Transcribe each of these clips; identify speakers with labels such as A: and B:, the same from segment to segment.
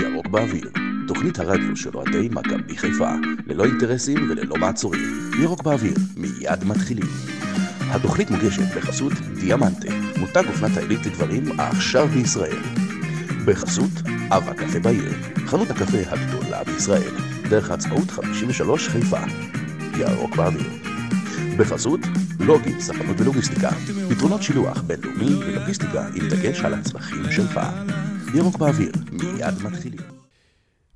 A: ירוק באוויר, תוכנית הרדיו של אוהדי מכבי חיפה, ללא אינטרסים וללא מעצורים. ירוק באוויר, מיד מתחילים. התוכנית מוגשת בחסות דיאמנטה, מותג אופנת העילית לגברים העכשיו בישראל. בחסות אב הקפה בעיר, חנות הקפה הגדולה בישראל, דרך העצמאות 53 חיפה. ירוק באוויר. בחסות לוגי, ספנות ולוגיסטיקה, פתרונות שילוח בינלאומי ולוגיסטיקה עם דגש על הצרכים שלך. ירוק באוויר, מיד מתחילים.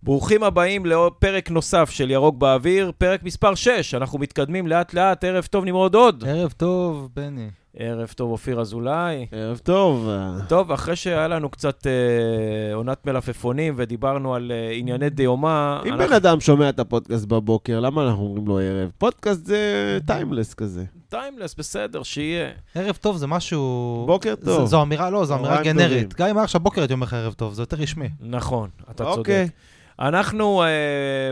B: ברוכים הבאים לעוד פרק נוסף של ירוק באוויר, פרק מספר 6, אנחנו מתקדמים לאט-לאט, ערב טוב נמרוד עוד.
C: ערב טוב, בני.
B: ערב טוב אופיר אזולאי.
D: ערב טוב.
B: טוב, אחרי שהיה לנו קצת אה, עונת מלפפונים ודיברנו על אה, ענייני דיומא,
D: אם
B: אנחנו-
D: בן אדם שומע את הפודקאסט בבוקר, למה אנחנו אומרים לו ערב? פודקאסט זה טיימלס כזה.
B: טיימלס, בסדר, שיהיה.
C: ערב טוב זה משהו...
D: בוקר
C: זה-
D: טוב.
C: זו אמירה, לא, זו אמירה
D: צהריים טובים.
C: גנרית. גם אם היה עכשיו בוקר, הייתי אומר לך ערב טוב, זה יותר רשמי.
B: נכון, אתה צודק.
D: אוקיי.
B: אנחנו אה,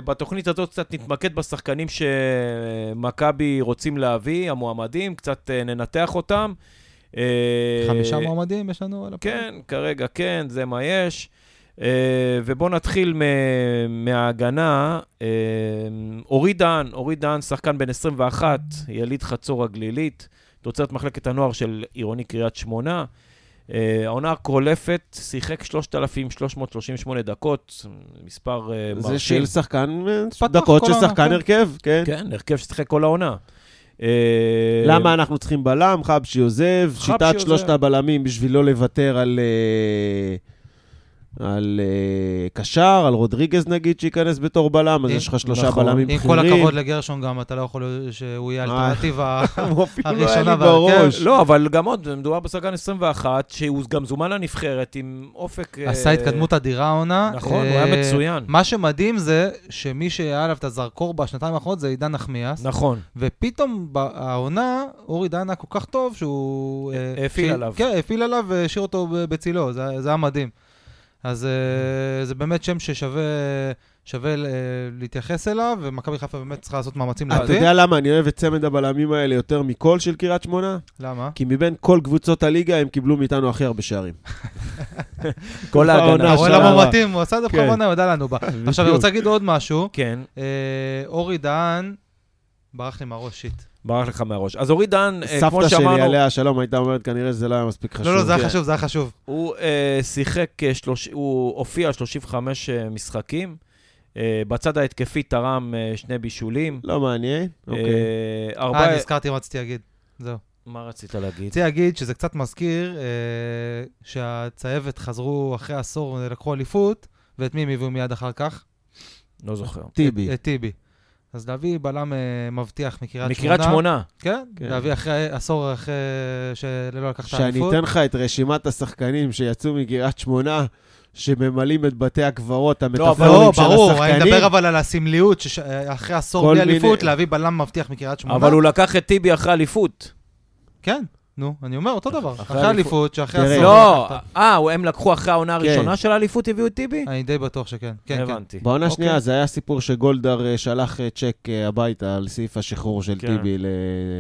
B: בתוכנית הזאת קצת נתמקד בשחקנים שמכבי רוצים להביא, המועמדים, קצת אה, ננתח אותם. אה,
C: חמישה מועמדים יש לנו על הפרק?
B: כן, כרגע כן, זה מה יש. אה, ובואו נתחיל מ- מההגנה. אה, אורי דהן, אורי דהן, שחקן בן 21, יליד חצור הגלילית, תוצרת מחלקת הנוער של עירוני קריית שמונה. אה, העונה הקולפת, שיחק 3,338 דקות, מספר אה, מרשים.
D: זה של שחקן, אה,
C: פתח
D: דקות
C: כל
D: של
C: העונה,
D: שחקן
C: כן.
D: הרכב, כן.
B: כן, הרכב ששיחק כל העונה. אה,
D: למה אנחנו צריכים בלם? חבשי עוזב,
B: חבשי
D: שיטת
B: עוזב.
D: שלושת הבלמים בשביל לא לוותר על... אה, על אה, קשר, על רודריגז נגיד, שייכנס בתור בלם, אז
C: אם-
D: יש לך שלושה
B: נכון.
D: בלמים
C: עם כל
D: בכירים.
C: הכבוד לגרשון גם, אתה לא יכול שהוא יהיה
B: אה.
C: האלטרנטיבה.
D: הוא אפילו לא היה
C: הראשונה
D: לי
C: בהרכב.
D: בראש.
B: לא, אבל גם עוד, מדובר בשחקן 21, שהוא גם זומן לנבחרת עם אופק... אה,
C: עשה התקדמות אדירה העונה.
B: נכון, הוא היה
C: אה,
B: מצוין.
C: מה שמדהים זה שמי שהיה עליו את הזרקור בשנתיים האחרונות זה עידן נחמיאס.
B: נכון.
C: ופתאום בעונה, אורי דהן היה כל כך טוב שהוא... אה,
B: הפעיל
C: ש-
B: עליו.
C: כן, הפעיל עליו והשאיר אותו ב- בצילו, זה זה היה מדהים. אז
B: Mm.
C: אה, זה באמת שם ששווה שווה ל- להתייחס אליו, ומכבי חיפה באמת צריכה לעשות מאמצים
D: אתה
C: להביא.
D: יודע למה אני אוהב את צמד הבלמים האלה יותר מכל של קריית שמונה?
C: למה?
D: כי מבין כל קבוצות הליגה הם קיבלו מאיתנו הכי הרבה שערים.
B: כל ההגנה
C: אתה
D: העונה
C: רואה
D: של
B: שלנו.
D: ה-
C: למה מתאים, הוא עשה את זה
D: כן.
C: בכוונה, הוא ידע לנו בה. עכשיו, אני רוצה להגיד עוד משהו.
B: כן,
C: אה, אורי דהן, ברח לי מהראש, שיט.
B: ברח לך מהראש. אז אורי דן, אה, כמו
D: סבתא שלי
B: שאמרנו,
D: עליה השלום הייתה אומרת כנראה שזה לא היה מספיק חשוב.
C: לא, לא, זה היה
B: כן.
C: חשוב, זה היה חשוב.
B: הוא אה, שיחק, אה, שלוש- הוא הופיע 35 אה, משחקים. אה, בצד ההתקפי תרם אה, שני בישולים.
D: לא מעניין, אוקיי.
B: אה, ארבע-
C: אה, נזכרתי מה רציתי להגיד. זהו.
B: מה רצית להגיד?
C: רציתי להגיד שזה קצת מזכיר אה, שהצהבת חזרו אחרי עשור ולקחו אליפות, ואת מי הם הביאו מיד אחר כך?
B: לא זוכר.
D: טיבי.
C: את טיבי. אז להביא בלם אה, מבטיח מקריית שמונה.
B: מקריית שמונה.
C: כן,
D: כן.
C: להביא אחרי, עשור אחרי שלא לקח את
D: שאני
C: האליפות.
D: אתן לך את רשימת השחקנים שיצאו מקריית שמונה, שממלאים את בתי הקברות,
B: אבל-
D: המטאפורים
C: לא,
D: של
C: ברור, אני
D: השחקנים.
C: מדבר אבל על הסמליות, שאחרי
D: כל
C: עשור בלי
D: מיני-
C: אליפות, להביא בלם מבטיח מקריית שמונה.
B: אבל הוא לקח את טיבי אחרי אליפות.
C: כן, נו, אני אומר אותו דבר.
B: אחרי
C: אחרי אליפות, שאחרי
D: תראה.
C: עשור...
B: לא,
C: לקחת.
B: אה, הוא- הם לקחו אחרי העונה הראשונה של האליפות, הביאו את טיבי?
C: אני די בטוח שכן. אה, כן, כן.
B: הבנתי.
D: בעונה
B: אוקיי.
D: השנייה זה היה סיפור שגולדהר אה, שלח אה, צ'ק אה, הביתה על סעיף השחרור של
B: כן.
D: טיבי ל-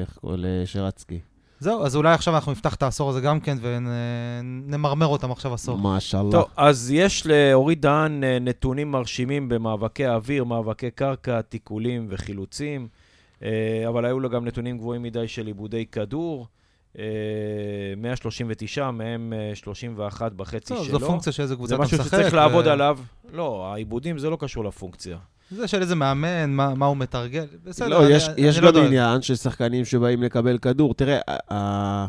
D: איך קורא- לשרצקי.
C: זהו, אז אולי עכשיו אנחנו נפתח את העשור הזה גם כן ונמרמר אותם עכשיו עשור.
D: מאשאללה.
B: טוב, אז יש לאורי דהן אה, נתונים מרשימים במאבקי אוויר, מאבקי קרקע, תיקולים וחילוצים, אה, אבל היו לו גם נתונים גבוהים מדי של עיבודי כדור, אה, 139, מהם אה, 31 בחצי
C: טוב,
B: שלו.
C: זו פונקציה אה. של איזה
B: זה
C: קבוצה אתה משחק.
B: משהו שצריך לעבוד
C: ו-
B: עליו. לא, העיבודים זה לא קשור לפונקציה.
C: זה של איזה מאמן, מה מה הוא מתרגל. בסדר,
D: לא,
C: אני-
D: יש,
C: אני
D: יש
C: לא
D: גם
C: דואג.
D: עניין של שחקנים שבאים לקבל כדור. תראה, ה- ה-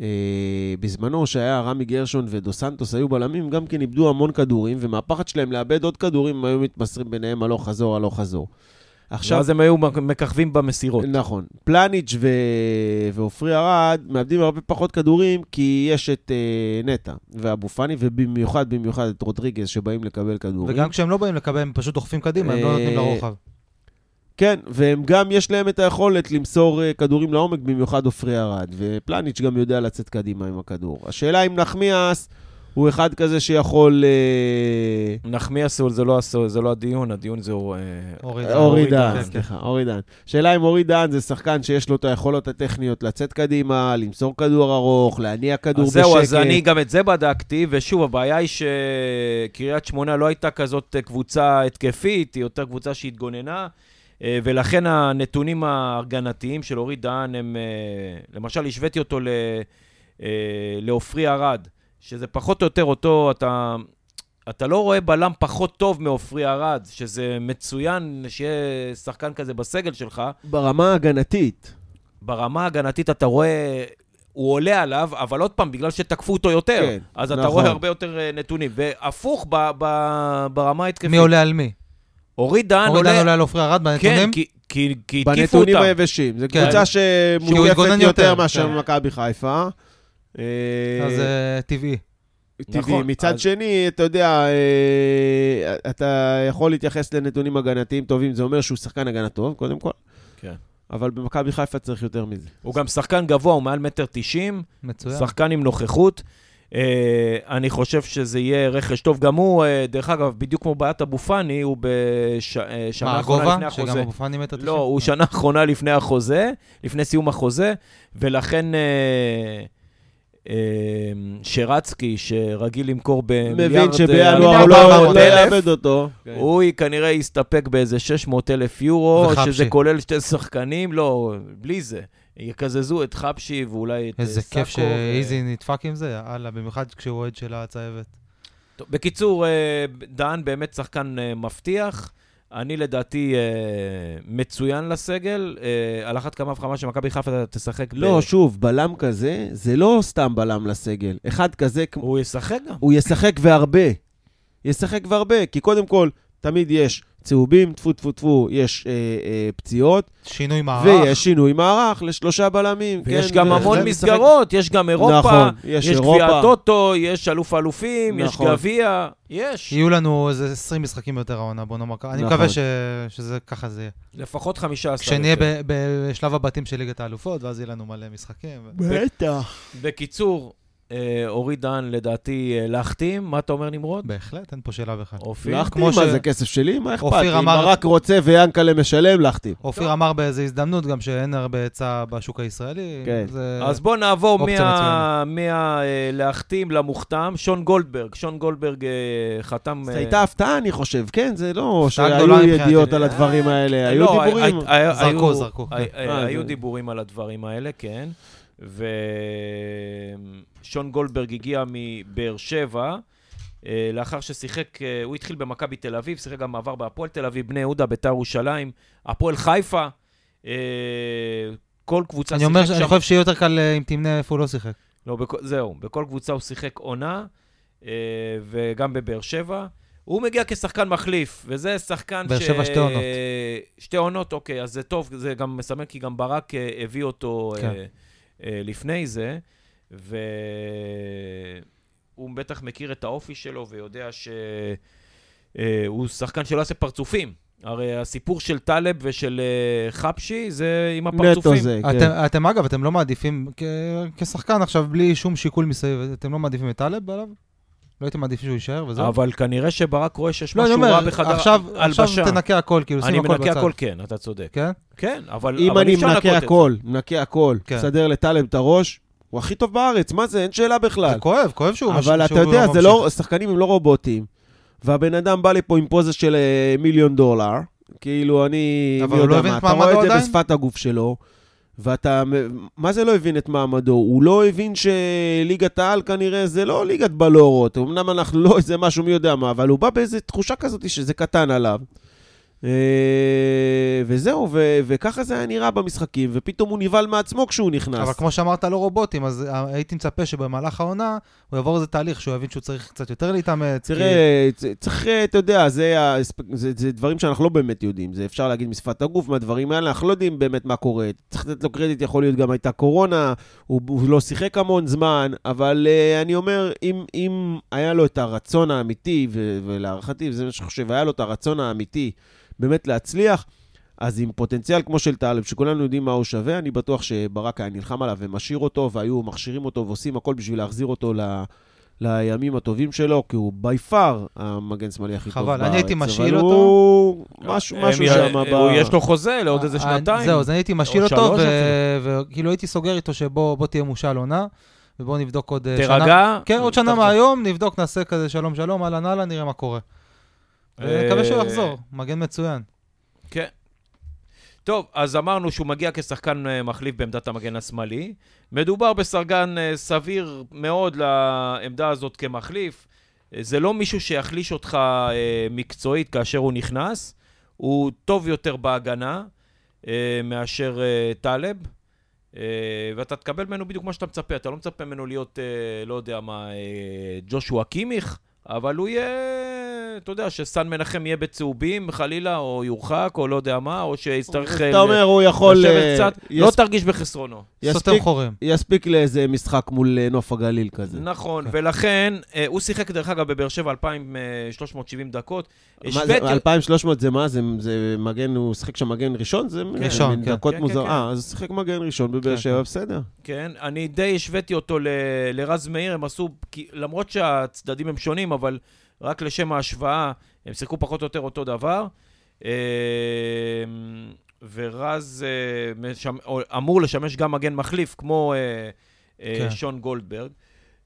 D: אה, בזמנו שהיה רמי גרשון ודו סנטוס היו בלמים, גם כן איבדו המון כדורים, ומהפחד שלהם לאבד עוד כדורים, הם היו מתמסרים ביניהם הלוך חזור, הלוך חזור. עכשיו,
B: ואז הם היו מק- מככבים במסירות.
D: נכון, פלניץ' ו... ועופרי ארד מאבדים הרבה פחות כדורים, כי יש את אה, נטע ואבו פאני, ובמיוחד, במיוחד את רודריגז, שבאים לקבל כדורים.
C: וגם כשהם לא באים לקבל, הם פשוט דוחפים קדימה, הם לא
D: אה,
C: נותנים לרוחב.
D: כן, והם גם, יש להם את היכולת למסור אה, כדורים לעומק, במיוחד עופרי ארד, ופלניץ' גם יודע לצאת קדימה עם הכדור. השאלה אם נחמיאס הוא אחד כזה שיכול... אה,
B: נחמיאס הוא- זה לא הסו- זה לא הדיון, הדיון זה הוא... אה,
C: אורי דן.
D: אורי
B: דהן,
C: כן,
D: דהן,
C: כן.
D: סליחה, אורי דהן. שאלה אם אורי דהן זה שחקן שיש לו את היכולות הטכניות לצאת קדימה, למסור כדור ארוך, להניע כדור
B: אז
D: בשקט.
B: זהו, אז אני גם את זה בדקתי, ושוב, הבעיה היא שקריית שמונה לא הייתה כזאת אה, קבוצה התקפית, היא יותר קבוצה שהתגוננה, אה, ולכן הנתונים ההגנתיים של אורי דהן הם, אה, למשל, השוויתי אותו ל- אה, לעופרי ארד, שזה פחות או יותר אותו, אתה... אתה לא רואה בלם פחות טוב מעופרי ארד, שזה מצוין שיהיה שחקן כזה בסגל שלך,
D: ברמה ההגנתית.
B: ברמה ההגנתית אתה רואה, הוא עולה עליו, אבל עוד פעם, בגלל שתקפו אותו יותר,
D: כן,
B: כן, אז אתה
D: נכון.
B: רואה הרבה יותר אה, נתונים. והפוך ב, ב, ברמה ההתקפית.
C: מי עולה על מי?
B: אורי דן אה,
C: אורי דן
B: עולה...
C: עולה על עופרי ארד בנתונים?
B: כן, כי- כי כי התקיפו
D: בנתונים
B: אותם.
D: היבשים. זו
C: כן.
D: קבוצה
C: שהוא
D: שמוקפת
C: התגונן
D: יותר
C: יותר,
D: מאשר
C: כן.
D: מכבי חיפה. אה,
C: אז אה, טבעי.
D: טבעי.
B: נכון,
D: מצד
B: אז-
D: שני, אתה יודע, אה, אתה יכול להתייחס לנתונים הגנתיים טובים, זה אומר שהוא שחקן הגנה טוב, קודם כל,
B: כן.
D: אבל במכבי חיפה צריך יותר מזה.
B: הוא גם שחקן גבוה, הוא מעל מטר תשעים,
C: מצוין.
B: שחקן עם נוכחות. אה, אני חושב שזה יהיה רכש טוב. גם הוא, אה, דרך אגב, בדיוק כמו בעיית אבו פאני, הוא בשנה
C: מה,
B: האחרונה
C: הגובה?
B: לפני החוזה.
C: שגם אבו פאני מת התשעים?
B: לא, הוא שנה אחרונה לפני החוזה, לפני סיום החוזה, ולכן אה, אה, שרצקי, שרגיל למכור במיליארד...
D: מבין
B: אה,
D: שבינואר הוא
B: ארבע
D: לא
B: מאות
D: לא
B: אלף,
D: יאבד אותו.
B: הוא כנראה יסתפק באיזה 600 אלף יורו,
C: וחבשי.
B: שזה כולל שתי שחקנים, לא, בלי זה. יקזזו את חבשי ואולי את אה,
C: איזה
B: סאקו.
C: כיף
B: ו-
C: שאיזי נדפק עם זה, יאללה, במיוחד כשהוא אוהד של הצהבת.
B: טוב, בקיצור, אה, דהן באמת שחקן אה, מבטיח. אני לדעתי אה, מצוין לסגל, אה, על אחת כמה וכמה שמכבי חיפה תשחק ב-
D: לא, שוב, בלם כזה, זה לא סתם בלם לסגל. אחד כזה, כמו-
B: הוא ישחק גם.
D: הוא ישחק והרבה. ישחק והרבה, כי קודם כל, תמיד יש צהובים, טפו טפו טפו, יש אה, אה, פציעות,
C: שינוי מערך.
D: ויש שינוי מערך לשלושה בלמים.
B: ויש
D: כן,
B: גם
D: זה-
B: המון
D: זה משחק-
B: מסגרות, יש גם אירופה,
D: נכון, יש
B: יש
D: אירופה.
B: גביע טוטו, יש אלוף אלופים, יש
D: נכון.
B: גביע, יש.
C: יהיו לנו איזה 20 משחקים יותר העונה, בוא נאמר ככה. אני
D: נכון.
C: מקווה ש- שזה ככה זה יהיה.
B: לפחות 15.
C: כשנהיה
B: יותר.
C: ב- בשלב הבתים של ליגת האלופות, ואז יהיה לנו מלא משחקים. ו-
D: בטח.
B: בקיצור, אה, אורי דן לדעתי אה, להחתים, מה אתה אומר נמרוד?
C: בהחלט, אין פה שאלה בכלל.
B: אופיר?
D: להחתים,
C: כמו
D: מה
C: ש-
D: זה כסף שלי? מה אכפת?
C: אופיר
D: אם
C: אמר-
D: ברק רוצה ויאנקלה משלם, להחתים.
C: אופיר אמר באיזו הזדמנות גם שאין הרבה היצע בשוק הישראלי.
D: כן.
C: זה-
B: אז בואו נעבור
C: אופציה
B: מה-
C: מצוינת.
B: מה- אה, להחתים למוכתם, שון גולדברג. שון גולדברג אה, חתם...
D: זו
B: אה,
D: הייתה הפתעה, אני חושב, כן? זה לא
C: הפתעה
D: שהיו
C: גדולה מבחינתי.
D: ידיעות על הדברים האלה, היו
B: לא,
D: דיבורים.
B: הי- הי-
C: זרקו,
B: היו-
C: זרקו, כן.
B: הי-
D: אה,
B: היו
D: זה-
B: דיבורים על הדברים האלה, כן. ושון גולדברג הגיע מבאר שבע, אה, לאחר ששיחק, אה, הוא התחיל במכבי תל אביב, שיחק גם מעבר בהפועל תל אביב, בני יהודה, ביתר ירושלים, הפועל חיפה, אה, כל קבוצה
C: אני אומר, ש-
B: שיחק
C: אני חושב שיהיה יותר קל אה, אם תמנה איפה הוא לא שיחק.
B: לא, בכ... זהו, בכל קבוצה הוא שיחק עונה, אה, וגם בבאר שבע. הוא מגיע כשחקן מחליף, וזה שחקן
C: באר שבע שתי עונות.
B: שתי עונות, אוקיי, אז זה טוב, זה גם מסמן, כי גם ברק אה, הביא אותו כן.
C: כן.
B: אה, אה, לפני זה, והוא בטח מכיר את האופי שלו ויודע שהוא שחקן שלא עושה פרצופים. הרי הסיפור של טלב ושל אה, חפשי זה עם
D: נטו
B: הפרצופים.
D: זה, כן.
C: אתם- אתם, אגב, אתם לא מעדיפים, כ- כשחקן עכשיו, בלי שום שיקול מסביב, אתם לא מעדיפים את טלב עליו? לא הייתם מעדיפים שהוא יישאר וזהו?
B: אבל כנראה שברק רואה שיש
C: לא, אני
B: משהו רע
C: אומר,
B: בחדר
C: עכשיו
B: הלבשה.
C: עכשיו תנקה הכל, כאילו,
B: אני
C: שים הכל בצד.
B: מנקה הכל, כן, אתה צודק.
C: כן?
B: כן, אבל
D: אם
B: אבל אי
D: אני
B: אפשר
D: מנקה
B: לנקות את
D: הכל, מנקה הכל,
C: כן.
D: מסדר לטלב את הראש, הוא הכי טוב בארץ, מה זה? אין שאלה בכלל.
C: זה כואב, כואב שהוא... מש-
D: אבל אתה
C: שהוא
D: יודע, זה
C: ממשיך.
D: לא, שחקנים הם לא רובוטים, והבן אדם בא לפה עם פוזה של אה, מיליון דולר, כאילו אני,
C: אבל
D: מי
C: הוא לא
D: יודע
C: הבין
D: מה,
C: את
D: אתה רואה
C: מעמדו
D: את זה
C: עדיין?
D: בשפת הגוף שלו, ואתה, מ- מה זה לא הבין את מעמדו? הוא לא הבין שליגת העל כנראה זה לא ליגת בלורות, אמנם אנחנו לא איזה משהו מי יודע מה, אבל הוא בא באיזו תחושה כזאת שזה קטן עליו. אה, וזהו, ו- וככה זה היה נראה במשחקים, ופתאום הוא נבהל מעצמו כשהוא נכנס.
C: אבל כמו שאמרת, לא רובוטים, אז אה, הייתי מצפה שבמהלך העונה הוא יעבור איזה תהליך שהוא יבין שהוא צריך קצת יותר להתאמץ. כי-
D: תראה, צ- צריך, אה, אתה יודע, זה, האספ- זה, זה דברים שאנחנו לא באמת יודעים. זה אפשר להגיד משפת הגוף, מהדברים האלה, אנחנו לא יודעים באמת מה קורה. צריך לתת לו קרדיט, יכול להיות גם הייתה קורונה, הוא, הוא לא שיחק המון זמן, אבל uh, אני אומר, אם, אם היה לו את הרצון האמיתי, ו, ולהערכתי, זה מה שאני חושב, היה לו את הרצון האמיתי באמת להצליח, אז עם פוטנציאל כמו של טלב, שכולנו יודעים מה הוא שווה, אני בטוח שברק היה נלחם עליו ומשאיר אותו, והיו מכשירים אותו ועושים הכל בשביל להחזיר אותו ל... לימים הטובים שלו, כי הוא בי פאר המגן שמאלי הכי טוב בארץ.
C: חבל, אני הייתי
D: אבל
C: משאיל אותו.
D: הוא משהו
B: הם י- אה,
D: שם ב...
B: הוא- יש לו חוזה לעוד איזה
C: אה,
B: שנתיים.
C: זהו, אז אני הייתי משאיל
B: או
C: אותו,
B: שלוש
C: ו- וכאילו הייתי סוגר איתו שבוא בוא תהיה מושל עונה, ובוא נבדוק עוד אה, שנה.
B: תירגע.
C: כן, עוד שנה
B: תחזור.
C: מהיום, נבדוק, נעשה כזה שלום שלום, אהלן אהלן, נראה מה קורה. מקווה שהוא
B: אה,
C: יחזור, מגן מצוין.
B: כן. טוב, אז אמרנו שהוא מגיע כשחקן אה, מחליף בעמדת המגן השמאלי. מדובר בסרגן אה, סביר מאוד לעמדה הזאת כמחליף. אה, זה לא מישהו שיחליש אותך אה, מקצועית כאשר הוא נכנס. הוא טוב יותר בהגנה אה, מאשר אה, טלב. אה, ואתה תקבל ממנו בדיוק מה שאתה מצפה. אתה לא מצפה ממנו להיות, אה, לא יודע מה, אה, ג'ושוע קימיך, אבל הוא יהיה, אתה יודע, שסן מנחם יהיה בצהובים חלילה, או יורחק, או לא יודע מה, או שיצטרך... אה,
D: אתה אומר, הוא יכול... אה,
B: לשבת קצת, לא
D: יס-
B: תרגיש בחסרונו.
C: סותם
D: יספיק-
C: חורים.
D: יספיק לאיזה משחק מול אה, נוף הגליל כזה.
B: נכון,
C: כן.
B: ולכן, אה, הוא שיחק דרך אגב בבאר שבע אה, 2,370 דקות.
D: מה
B: השוויתי-
D: זה, 2,300 זה מה? זה- זה מגן, הוא שיחק שם מגן ראשון? זה מין
C: ראשון, כן.
D: דקות
B: כן, כן,
D: מוזר.
B: כן.
D: אה, אז הוא שיחק מגן ראשון בבאר
C: כן,
D: שבע,
C: כן.
D: בסדר.
B: כן, אני די השוויתי אותו ל, לרז מאיר, הם עשו, כי, למרות שהצדדים הם שונים, אבל רק לשם ההשוואה, הם שיחקו פחות או יותר אותו דבר. אה, ורז אה, משמ, או, אמור לשמש גם מגן מחליף, כמו אה, אה,
C: כן.
B: שון גולדברג.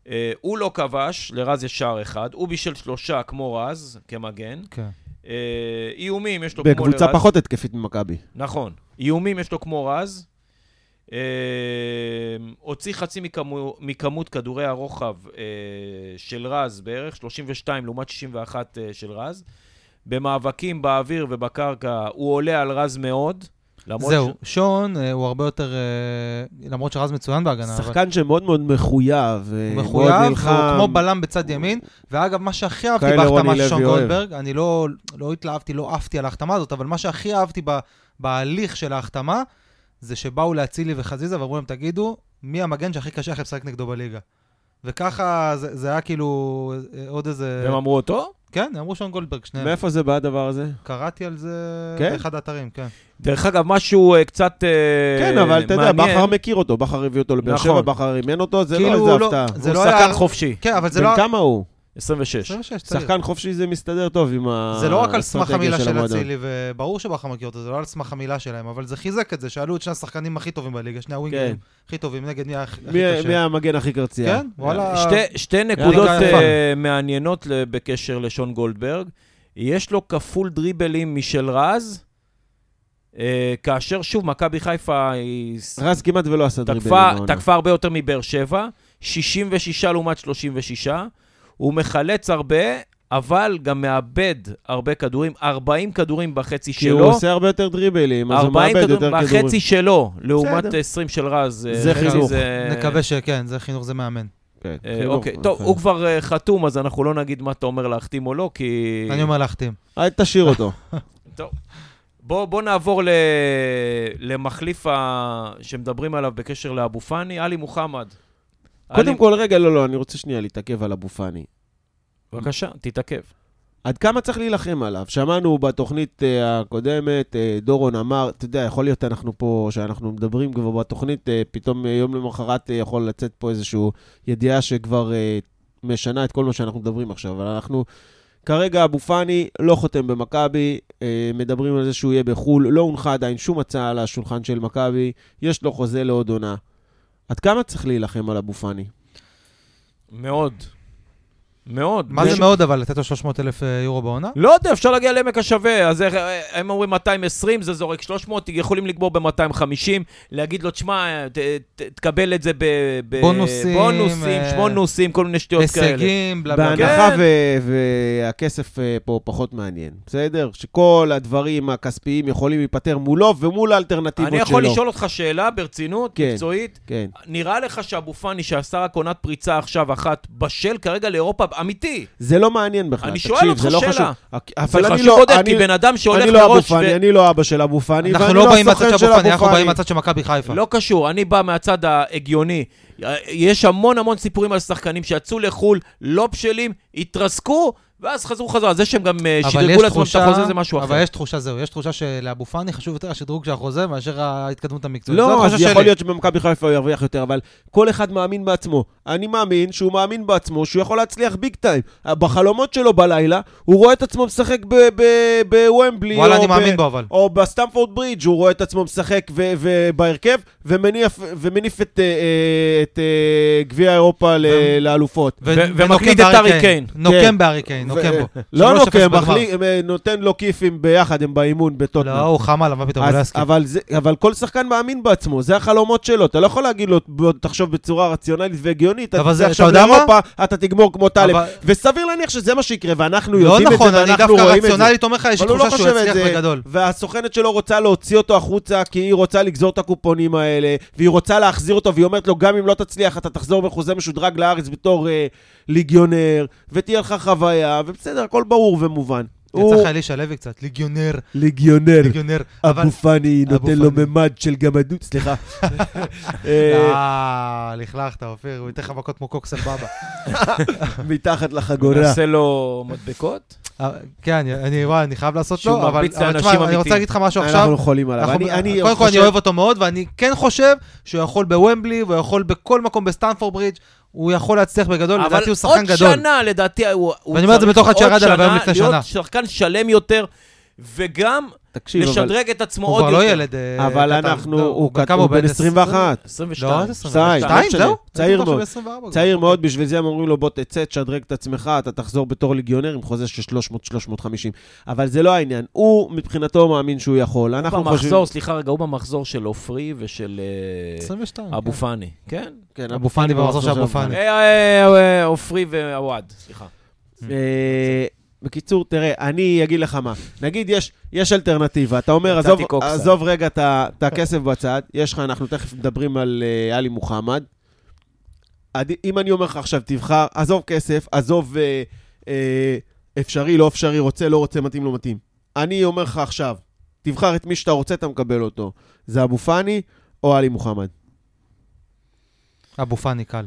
B: אה, הוא לא כבש, לרז יש שער אחד, הוא בישל שלושה כמו רז, כמגן.
C: כן.
B: אה, איומים יש לו כמו לרז.
D: בקבוצה פחות התקפית ממכבי.
C: כן,
B: נכון. איומים יש לו כמו רז. אה, הוציא חצי מכמו, מכמות כדורי הרוחב אה, של רז בערך, 32 לעומת 61 אה, של רז. במאבקים באוויר ובקרקע הוא עולה על רז מאוד. למרות
C: זהו, שון אה, הוא הרבה יותר, אה, למרות שרז מצוין בהגנה, אבל
D: שחקן שמאוד מאוד מחויב. אה,
C: הוא
D: מאוד
C: מחויב,
D: נלחם.
C: הוא כמו בלם בצד ימין. ואגב, מה שהכי אהבתי
D: כאלה רוני
C: בהחתמה של
D: לוי
C: שון
D: אוהב.
C: גולדברג, אני לא לא התלהבתי, לא עפתי על ההחתמה הזאת, אבל מה שהכי אהבתי ב- בהליך של ההחתמה, זה שבאו להצילי וחזיזה ואמרו להם, תגידו, מי המגן שהכי קשה לכם לשחק נגדו בליגה? וככה זה זה היה כאילו אה, עוד איזה...
B: והם אמרו אותו?
C: כן, אמרו שון גולדברג, שניהם.
D: מאיפה זה בא הדבר הזה?
C: קראתי על זה
D: כן?
C: באחד האתרים, כן.
B: דרך אגב, משהו אה, קצת אה,
D: כן, אבל אתה יודע,
B: מעניין.
D: בכר מכיר אותו, בכר הביא אותו לבאר
B: נכון.
D: שבע, בכר אימן אותו, זה לא
C: כאילו,
D: איזה
C: לא-
D: הפתעה.
C: זה
B: הוא
C: לא
B: שחקן
C: היה-
B: חופשי,
C: כן, אבל זה לא...
D: בן כמה הוא?
B: 26.
C: 26, צעיר.
D: שחקן חופשי זה מסתדר טוב עם ה...
C: זה לא רק על סמך
D: האסטרטגיה
C: המילה של
D: המועדון.
C: אצילי, וברור שבכר מכיר אותו, זה לא על סמך המילה שלהם, אבל זה חיזק את זה, שאלו את שני השחקנים הכי טובים בליגה, שני הווינגרים הכי טובים, נגד מי הכי הכי
D: מי- מי
C: קשה.
D: המגן הכי קרצייה?
C: כן, וואלה.
B: שתי, שתי נקודות
C: יאללה,
B: uh,
C: יאללה.
B: מעניינות ל- בקשר לשון גולדברג. יש לו כפול דריבלים משל רז, uh, כאשר שוב, מכבי חיפה היא ס-
D: רז כמעט ולא עשה דריבל.
B: תקפה, תקפה הרבה יותר מבאר שבע, 66 לעומת 36. הוא מחלץ הרבה, אבל גם מאבד הרבה כדורים, 40 כדורים בחצי
D: כי הוא
B: שלו.
D: עושה הרבה יותר דריבלים, אז הוא
B: 40
D: מאבד
B: כדורים
D: יותר כדורים.
B: בחצי שלו, לעומת
D: בסדר.
B: 20 של רז. אה,
D: זה
B: חצי
D: חינוך.
B: זה-
C: נקווה שכן, זה חינוך, זה מאמן.
D: כן,
B: אה,
D: חינוך.
B: אוקיי, טוב, הוא כבר אה, חתום, אז אנחנו לא נגיד מה אתה אומר להחתים או לא, כי...
C: אני אומר להחתים.
D: אל תשאיר אותו.
B: טוב. בוא, בוא נעבור ל... למחליף ה... שמדברים עליו בקשר לאבו פאני, עלי מוחמד.
D: קודם כל, רגע, לא, לא, אני רוצה שנייה להתעכב על אבו פאני.
B: בבקשה, תתעכב.
D: עד כמה צריך להילחם עליו? שמענו בתוכנית אה, הקודמת, אה, דורון אמר, אתה יודע, יכול להיות אנחנו פה, שאנחנו מדברים כבר בתוכנית, אה, פתאום אה, יום למחרת אה, יכול לצאת פה איזושהי ידיעה שכבר אה, משנה את כל מה שאנחנו מדברים עכשיו. אבל אנחנו, כרגע אבו פאני לא חותם במכבי, אה, מדברים על זה שהוא יהיה בחו"ל, לא הונחה עדיין שום הצעה על השולחן של מכבי, יש לו חוזה לעוד עונה. עד כמה צריך להילחם על אבו פאני?
B: מאוד. מאוד.
C: מה זה מאוד אבל, לתת לו 300 אלף אה, יורו בעונה?
B: לא יודע, אפשר להגיע לעמק השווה. אז איך- אה, הם אומרים 220, זה זורק 300, יכולים לגמור ב-250, להגיד לו, תשמע, ת- ת- תקבל את זה ב... ב-
C: בונוסים,
B: בונוסים,
C: אה,
B: שמונוסים, כל מיני שטויות לא, כאלה.
C: הישגים, בלה בלה בלה.
B: כן.
D: בהנחה ו- והכסף אה, פה פחות מעניין, בסדר? שכל הדברים הכספיים יכולים להיפתר מולו ומול האלטרנטיבות
B: אני
D: שלו.
B: יכול לשאול אותך שאלה ברצינות,
D: כן.
B: מקצועית?
D: כן.
B: נראה לך שאבו פאני שעשה רק עונת פריצה עכשיו אחת, בשל כרגע לאירופה, אמיתי.
D: זה לא מעניין בכלל,
B: אני
D: תקשיב,
B: שואל אותך
D: זה לא
B: שאלה.
D: חשוב. אבל
B: זה
D: אני
B: חשוב
D: לא,
B: עודד,
D: אני,
B: כי בן אדם שהולך
D: אני לא אבו
B: לראש...
D: פאני, אני לא אבא של אבו פאני,
C: אנחנו
D: ואני
C: לא באים מהצד
D: הסוכן
C: של
D: של
C: אבו פאני,
D: אבו
C: אנחנו באים
D: פאני.
C: מהצד של מכבי חיפה.
B: לא קשור, אני בא מהצד ההגיוני. יש המון המון סיפורים על שחקנים שיצאו לחו"ל, לא בשלים, התרסקו, ואז חזרו חזרה. זה שהם גם אה,
C: אבל
B: שדרגו
C: יש
B: לעצמם את
C: תחושה-
B: החוזה זה משהו אחר.
C: אבל יש תחושה, זהו, יש תחושה שלאבו פאני חשוב יותר השדרוג של החוזה מאשר ההתקדמות המקצועית. זו
D: לא, אז
C: התחושה
D: יכול
C: שלי.
D: להיות שבמכבי חיפה הוא ירוויח יותר, אבל כל אחד מאמין בעצמו. אני מאמין שהוא מאמין בעצמו, שהוא יכול להצליח ביג טיים. בחלומות שלו בלילה, הוא רואה את עצמו משחק ב- ב- בוומבלי,
C: וואלה,
D: או
C: אני
D: ב-
C: מאמין בו, אבל.
D: או בסטמפורד ברידג' הוא רואה את עצמו משחק ו- ו- בהרכב, ומניף, ומניף את, אה, אה, את אה, גביע אירופה ל-
C: ו-
D: לאלופות.
C: ו-
B: ומקליט
C: ונוקם
B: את
C: בהארי
B: הארי קיין.
D: כן.
C: נוקם בהארי קיין, נוקם
D: ו-
C: בו.
D: לא
C: 3-0
D: נוקם,
C: בגמר.
D: מחליק- אה, נותן לו כיפים ביחד, הם באימון בטוטנאם.
C: לא, הוא חמל, אבל פתאום, הוא לא
D: אז,
C: יסכים.
D: אבל, זה, אבל כל שחקן מאמין בעצמו, זה החלומות שלו. אתה לא יכול להגיד לו, "בוא, תחשוב בצורה רציונלית והגיונית, אתה
C: אבל זה-
D: תצא
C: אתה
D: עכשיו
C: יודע מה?
D: לאירופה, אתה תגמור כמו טלב.
C: אבל-
D: וסביר להניח שזה מה שיקרה, ואנחנו
C: לא
D: יודעים את
C: נכון,
D: זה,
C: אני
D: ואנחנו
C: דווקא
D: רואים את זה.
C: רציונלית אומר לך, יש
D: אבל הוא לא
C: תחושה שהוא
D: חושב את
C: יצליח
D: זה,
C: בגדול.
D: והסוכנת שלו רוצה להוציא אותו החוצה, כי היא רוצה לגזור את הקופונים האלה, והיא רוצה להחזיר אותו, והיא אומרת לו, גם אם לא תצליח, אתה תחזור בחוזה משודרג לארץ בתור אה, ליגיונר, ותהיה לך חוויה, ובסדר, הכל ברור ומובן.
C: יצא
D: הוא
C: לך אלישע לוי קצת, ליגיונר,
D: ליגיונר,
C: ליגיונר. אבל-
D: אבו פאני
C: אבו
D: נותן לו
C: פאני.
D: ממד של גמדות, סליחה. אה,
C: אה, לכלכת, אופיר, הוא ייתן לך מכות כמו קוקסל בבא. לא.
D: מתחת לחגורה.
B: נעשה לו מדבקות.
C: אה, כן, אני, וואי, אני חייב לעשות
B: שהוא
C: לו, אבל
B: מרביץ
C: אבל
B: לאנשים
C: תשמע, אני רוצה
B: אמיתיים. לא
C: להגיד לך משהו עכשיו.
D: אנחנו חולים עליו.
C: אנחנו-
D: אני- אני
C: קודם כל, אני
D: חושב-
C: אוהב אותו מאוד, ואני כן חושב שהוא יכול בוומבלי, והוא יכול בכל מקום בסטנפורד ברידג', הוא יכול להצליח
B: אבל
C: בגדול, לא, לדעתי הוא
B: עוד
C: שחקן גדול.
B: שנה, לדעתי, הוא הוא
C: ואני אומר את זה
B: צריך
C: בתור אחד
B: עוד
C: שירד עליו
B: שנה
C: היום לפני שנה.
B: להיות שחקן שלם יותר, וגם
D: תקשיב, אבל-
B: לשדרג את עצמו
C: הוא
B: עוד
C: כבר
B: יותר.
C: לא ילד... אה,
D: אבל
C: קטן.
D: אנחנו,
C: לא,
D: הוא
C: בן
D: קט-
C: כמה
D: הוא בן
C: 22?
D: 21.
B: 22.
C: לא, עד 22.
D: שתיים,
C: שתיים,
D: שתיים.
C: זהו?
D: צעיר
C: הייתי בטוח
D: מאוד.
C: שהוא 24
D: צעיר
C: כבר. לא
D: מאוד, בשביל זה הם אומרים לו, בוא תצא, תשדרג את עצמך, אתה תחזור בתור ליגיונר עם חוזה של 300-350. אבל זה לא העניין. הוא, מבחינתו, מאמין שהוא יכול. אנחנו חושבים...
B: במחזור, סליחה רגע, הוא במחזור של עופרי ושל אה,
C: 22.
B: אבו
C: כן.
B: פאני, כן?
D: כן,
C: אבו פאני במחזור של אבו פאני.
B: אה, אה, אה, עופרי ועווד, סליחה.
D: אה, בקיצור, תראה, אני אגיד לך מה. נגיד יש, יש אלטרנטיבה, אתה אומר, עזוב,
B: נתתי קוקסה.
D: עזוב רגע את ה- את הכסף בצד, יש לך, אנחנו תכף מדברים על אה, עלי מוחמד. עדי- אם אני אומר לך עכשיו, תבחר, עזוב כסף, עזוב אה, אה, אפשרי, לא אפשרי, רוצה, לא רוצה, מתאים, לא מתאים. אני אומר לך עכשיו, תבחר את מי שאתה רוצה, אתה מקבל אותו. זה אבו פאני או עלי מוחמד.
C: אבו פאני קל.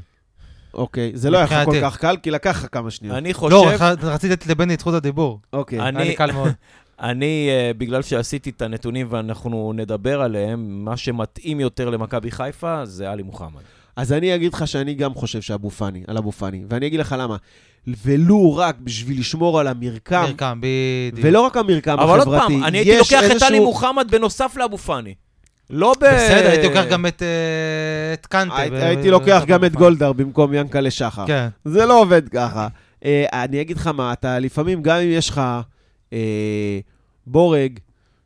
D: אוקיי, זה לא היה לך כל
C: מבחינתי.
D: כך קל, כי לקח לך כמה שניות.
B: אני
C: לא,
B: חושב,
C: ח- רציתי לתת לבני את זכות הדיבור.
D: אוקיי.
B: אני-
C: היה לי קל מאוד.
B: אני, אה, בגלל שעשיתי את הנתונים ואנחנו נדבר עליהם, מה שמתאים יותר למכבי חיפה זה עלי מוחמד.
D: אז אני אגיד לך שאני גם חושב שאבו פאני, על אבו פאני, ואני אגיד לך למה. ולו רק בשביל לשמור על המרקם,
C: מרקם, בדיוק.
D: ולא רק המרקם החברתי,
B: אבל עוד פעם, אני הייתי
D: יש
B: לוקח את
D: איזשהו-
B: עלי מוחמד בנוסף לאבו פאני. לא ב...
C: בסדר, הייתי לוקח גם את אה, את קנטה.
D: הי-
C: ב-
D: הייתי
C: ב-
D: לוקח
C: ב-
D: גם את
C: ב-
D: גולדהר במקום ינקלה שחר.
C: כן.
D: זה לא עובד ככה. אה, אני אגיד לך מה, אתה לפעמים, גם אם יש לך אה, בורג,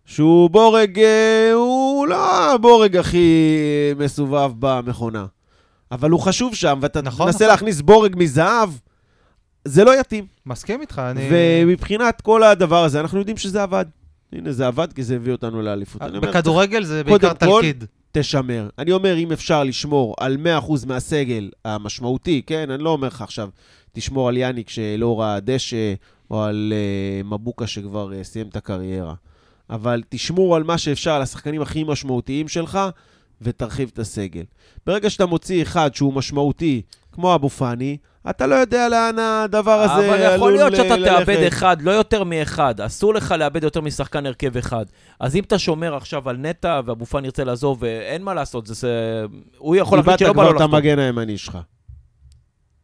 D: שהוא בורג, אה, הוא לא הבורג הכי מסובב במכונה, אבל הוא חשוב שם, ואתה
C: נכון,
D: תנסה
C: נכון.
D: להכניס בורג מזהב, זה לא יתאים.
C: מסכים איתך, אני...
D: ומבחינת כל הדבר הזה, אנחנו יודעים שזה עבד. הנה, זה עבד כי זה הביא אותנו לאליפות. אני אומר,
C: בכדורגל זה
D: קודם
C: בעיקר
D: כל,
C: תלכיד.
D: תשמר. אני אומר, אם אפשר לשמור על 100% מהסגל המשמעותי, כן? אני לא אומר לך עכשיו, תשמור על יאניק שלא ראה דשא, או על uh, מבוקה שכבר uh, סיים את הקריירה. אבל תשמור על מה שאפשר, על השחקנים הכי משמעותיים שלך, ותרחיב את הסגל. ברגע שאתה מוציא אחד שהוא משמעותי, כמו אבו פאני, אתה לא יודע לאן הדבר הזה עלול
B: אבל יכול להיות שאתה
D: ל-
B: תאבד
D: ללכת.
B: אחד, לא יותר מאחד. אסור לך לאבד יותר משחקן הרכב אחד. אז אם אתה שומר עכשיו על נטע, ואבו פאני ירצה לעזוב, אה, אין מה לעשות, זה- זה... הוא יכול להחליט שלא
D: איבדת
B: בא לו
D: כבר את
B: לחתום.
D: המגן הימני שלך.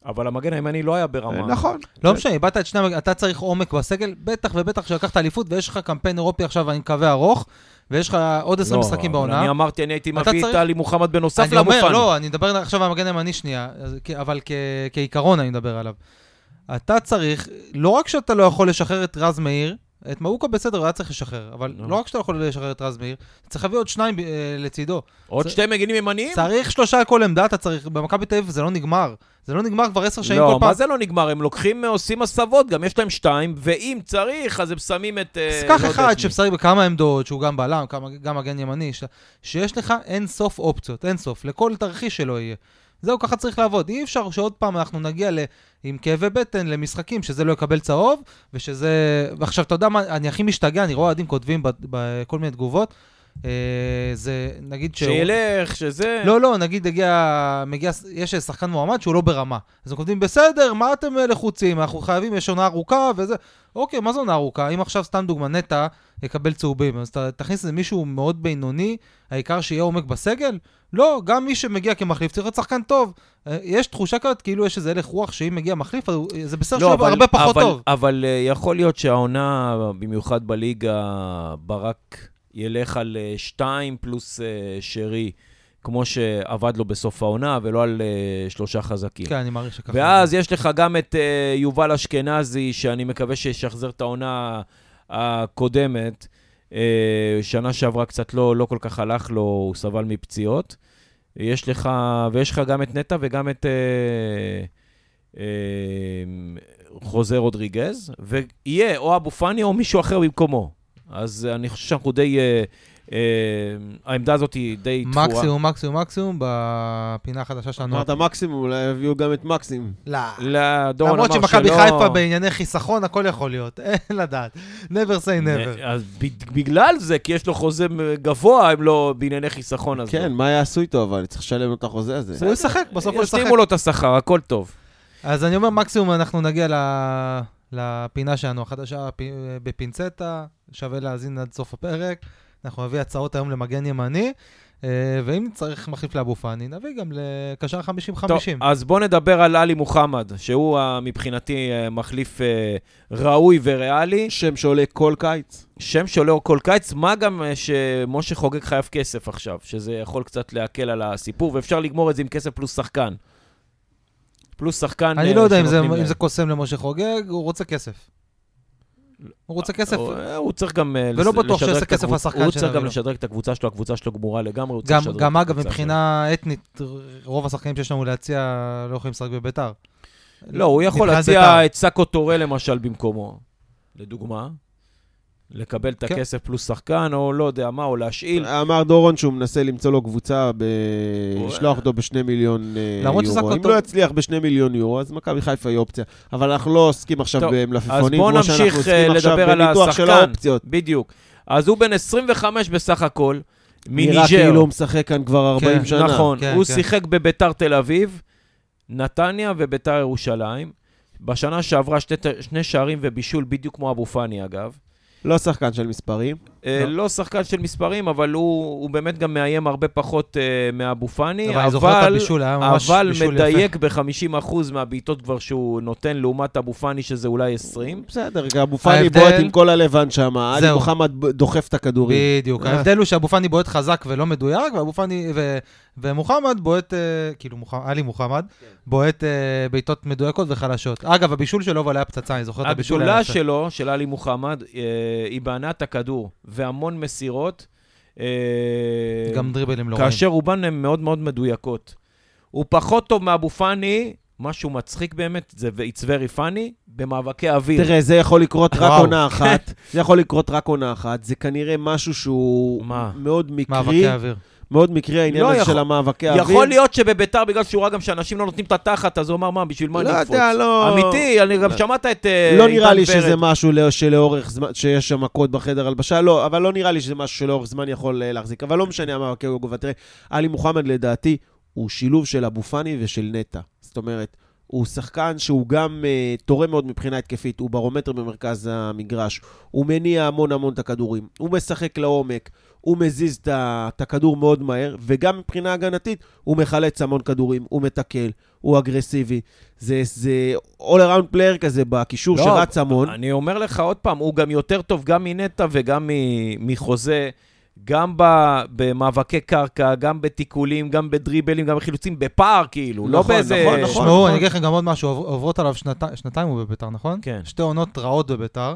B: אבל המגן הימני לא היה ברמה.
D: נכון.
C: לא משנה, איבדת את שני... המג- אתה צריך עומק בסגל, בטח ובטח שלקחת אליפות, ויש לך קמפיין אירופי עכשיו, אני מקווה, ארוך, ויש לך עוד 20
B: לא,
C: משחקים
B: אבל
C: בעונה.
B: אני אמרתי, אני הייתי
C: אתה
B: מביא את
C: צריך-
B: עלי מוחמד בנוסף
C: אני
B: לאבו
C: אומר,
B: פאני.
C: לא, אני מדבר עכשיו על המגן הימני שנייה, אז כ- אבל כ- כעיקרון אני מדבר עליו. אתה צריך, לא רק שאתה לא יכול לשחרר את רז מאיר, את מאוקה בסדר, הוא היה צריך לשחרר, אבל
B: לא.
C: לא רק שאתה לא יכול לשחרר את רז מאיר, אתה צריך להביא עוד שניים ב- אה, לצידו.
B: עוד
C: צר-
B: שתי מגינים ימניים?
C: צריך שלושה על כל עמדה, אתה צריך, במכבי תל אביב זה לא נגמר. זה לא נגמר כבר עשר שנים כל
B: לא,
C: פעם.
B: מה זה לא נגמר? הם לוקחים, עושים הסבות, גם יש להם שתיים, ואם צריך, אז הם שמים את... אה,
C: אז
B: לא
C: קח
B: יודע
C: אחד
B: את מי.
C: שמשחק בכמה עמדות, שהוא גם בלם, כמה- גם מגן ימני, ש- שיש לך אין סוף אופציות, אין סוף, לכל תרחיש שלא יהיה. זהו, ככה צריך לעבוד. אי אפשר שעוד פעם אנחנו נגיע ל... עם כאבי בטן למשחקים, שזה לא יקבל צהוב, ושזה... ועכשיו, אתה יודע מה, אני הכי משתגע, אני רואה אוהדים כותבים בכל מיני תגובות. אה, זה, נגיד ש...
B: שילך, שזה...
C: לא, לא, נגיד הגיע, מגיע, יש שחקן מועמד שהוא לא ברמה. אז הם כותבים, בסדר, מה אתם אה, לחוצים? אנחנו חייבים, יש עונה ארוכה וזה. אוקיי, מה זה עונה ארוכה? אם עכשיו, סתם דוגמא, נטע יקבל צהובים, אז ת- תכניס איזה מישהו מאוד בינוני, העיקר שיהיה עומק בסגל? לא, גם מי שמגיע כמחליף צריך להיות שחקן טוב. אה, יש תחושה כזאת כאילו יש איזה הלך רוח שאם מגיע מחליף, אז הוא- זה בסדר שהוא הרבה פחות
B: לא, אבל,
C: טוב.
B: אבל אה, יכול להיות שהעונה, במיוחד בליגה, ברק ילך על אה, שתיים פלוס אה, שרי, כמו שעבד לו בסוף העונה, ולא על אה, שלושה חזקים.
C: כן, אני מעריך שככה.
B: ואז יש לך גם את אה, יובל אשכנזי, שאני מקווה שישחזר את העונה הקודמת. אה, שנה שעברה קצת לא, לא כל כך הלך לו, הוא סבל מפציעות. יש לך, ויש לך גם את נטע וגם את אה, אה, חוזה רודריגז, ויהיה או אבו פאני או מישהו אחר במקומו. אז אני חושב שאנחנו די... אה, אה, העמדה הזאת היא די תפועה.
C: מקסימום, מקסימום, מקסימום, בפינה החדשה שלנו.
D: אמרת מקסימום, אולי יביאו גם את מקסימום.
C: לא.
B: לא, דורון
C: למרות
B: אמר
C: שמכבי
B: שלא.
C: חיפה בענייני חיסכון, הכל יכול להיות, אין לדעת. never say never.
B: אז ב- בגלל זה, כי יש לו חוזה מ- גבוה, הם לא בענייני חיסכון אז
D: כן,
B: לא.
D: מה יעשו איתו אבל? צריך לשלם לו את החוזה הזה.
C: הוא ישחק, בסוף הוא ישחק.
B: ישלימו לו את השכר, הכל טוב.
C: אז אני אומר, מקסימום אנחנו נגיע ל- לפינה שלנו, החדשה הפ- בפינצטה, שווה להאזין עד סוף הפרק. אנחנו נביא הצעות היום למגן ימני, אה, ואם צריך מחליף לאבו פאני, נביא גם לקשר 50-50.
B: טוב, אז בואו נדבר על עלי מוחמד, שהוא אה, מבחינתי אה, מחליף אה, ראוי וריאלי,
D: שם שעולה כל קיץ.
B: שם שעולה כל קיץ, מה גם אה, שמשה חוגג חייב כסף עכשיו, שזה יכול קצת להקל על הסיפור, ואפשר לגמור את זה עם כסף פלוס שחקן. פלוס שחקן...
C: אני
B: אה,
C: לא יודע אם זה-
B: שנותנים
C: אם
B: להם.
C: זה קוסם למשה חוגג, הוא רוצה כסף. הוא רוצה כסף.
B: הוא- הוא צריך גם אה,
C: ולא
B: לס-
C: בטוח
B: לשדרג
C: שזה
B: את
C: כסף
B: הקבוצ-
C: לשחקן לא.
B: הוא
C: של
B: צריך גם
C: אביב.
B: לשדרג את הקבוצה שלו, הקבוצה שלו גמורה לגמרי, הוא צריך
C: גם,
B: לשדרג את
C: גם אגב,
B: הקבוצה שלו.
C: מבחינה אתנית, ר- רוב השחקנים שיש לנו להציע לא יכולים לשחק בביתר.
B: לא, הוא יכול
C: מבחינת
B: להציע
C: בית"ר.
B: את סאקו טורה למשל במקומו, לדוגמה. לקבל את
C: כן. אה.
B: הכסף פלוס שחקן, או לא יודע מה, או להשאיל.
D: אמר דורון שהוא מנסה למצוא לו קבוצה, ב... לשלוח אותו בשני מיליון אה,
C: למרות ששק
D: יורו. אם
C: אותו-
D: לא יצליח בשני מיליון יורו, אז מכבי חיפה היא אופציה. אבל אנחנו לא עוסקים עכשיו
B: טוב, אז
D: במלפפונים,
B: בואו
D: כמו שאנחנו
B: נמשיך
D: עוסקים
B: אה,
D: עכשיו
B: לדבר על
D: בניתוח של
B: השחקן.
D: האופציות.
B: בדיוק. אז הוא בן 25 בסך הכל, מניג'ר.
D: נראה כאילו הוא משחק כאן כבר 40
C: כן,
D: שנה.
B: נכון,
C: כן,
B: הוא
C: כן.
B: שיחק בביתר תל אביב, נתניה וביתר ירושלים. בשנה שעברה שתי, ת- שני שערים ובישול, בדיוק כמו אבו פאני אגב.
D: לא שחקן של מספרים.
B: אה,
C: לא.
B: לא שחקן של מספרים, אבל הוא, הוא באמת גם מאיים הרבה פחות אה, מאבו פאני,
C: אבל אני זוכר את
B: אבל,
C: הבישול, היה ממש
B: אבל
C: בישול יפה.
B: מדייק ב-50% מהבעיטות כבר שהוא נותן, לעומת אבו פאני שזה אולי 20.
D: בסדר, גם אבו פאני
C: ההבדל-
D: בועט עם כל הלבן שם, עלי
C: זהו.
D: מוחמד ב- דוחף את הכדורים.
C: בדיוק.
D: אה.
C: ההבדל הוא שאבו פאני בועט חזק ולא מדויק, ואבו פאני ו- ומוחמד בועט, אה, כאילו מוחמד- עלי מוחמד,
B: כן.
C: בועט אה, בעיטות מדויקות וחלשות. אגב, הבישול שלו אבל היה פצצה, אני זוכר את הבישול. היה
B: הגדולה
C: יפה.
B: שלו, של עלי מוחמד, אה, היא בהנעת הכדור והמון מסירות. אה,
C: גם דריבלים לא רואים.
B: כאשר רובן הן מאוד מאוד מדויקות. הוא פחות טוב מאבו פאני, משהו מצחיק באמת, זה It's very funny, במאבקי אוויר.
D: תראה, זה יכול לקרות רק
C: וואו.
D: עונה אחת. זה יכול לקרות רק עונה אחת. זה כנראה משהו שהוא
B: מה?
D: מאוד מקרי.
C: מאבקי אוויר.
D: מאוד מקרי העניין
B: לא
D: הזה
B: יכול-
D: של המאבקי האוויר.
B: יכול להיות שבביתר, בגלל שהוא ראה גם שאנשים לא נותנים את התחת, אז הוא אמר, מה, בשביל מה
D: לא
B: נקפוץ?
D: יודע, לא...
B: אמיתי, אני גם
D: לא.
B: שמעת את אה,
D: לא נראה
B: עידן
D: לי
B: ורד.
D: שזה משהו לא- שלאורך זמן, שיש שם מכות בחדר הלבשה, לא, אבל לא נראה לי שזה משהו שלאורך זמן יכול אה, להחזיק. אבל לא משנה מה מכיר גובה. תראה, עלי מוחמד לדעתי הוא שילוב של אבו פאני ושל נטע. זאת אומרת, הוא שחקן שהוא גם אה, תורם מאוד מבחינה התקפית, הוא ברומטר במרכז המגרש, הוא מניע המון המון את הכדורים, הוא משחק לעומק, הוא מזיז את ה- את הכדור מאוד מהר, וגם מבחינה הגנתית הוא מחלץ המון כדורים, הוא מתקל, הוא אגרסיבי. זה, זה all around player כזה בקישור
B: לא,
D: שרץ המון.
B: אני אומר לך עוד פעם, הוא גם יותר טוב גם מנטע וגם מ- מחוזה, גם ב- במאבקי קרקע, גם בתיקולים, גם בדריבלים, גם בחילוצים, בפער כאילו, לא
D: נכון,
B: באיזה...
D: נכון, נכון.
C: תשמעו, אני אגיד לכם גם עוד משהו, עוב- עוברות עליו שנתי- שנתיים הוא בביתר, נכון?
B: כן.
C: שתי עונות רעות בביתר.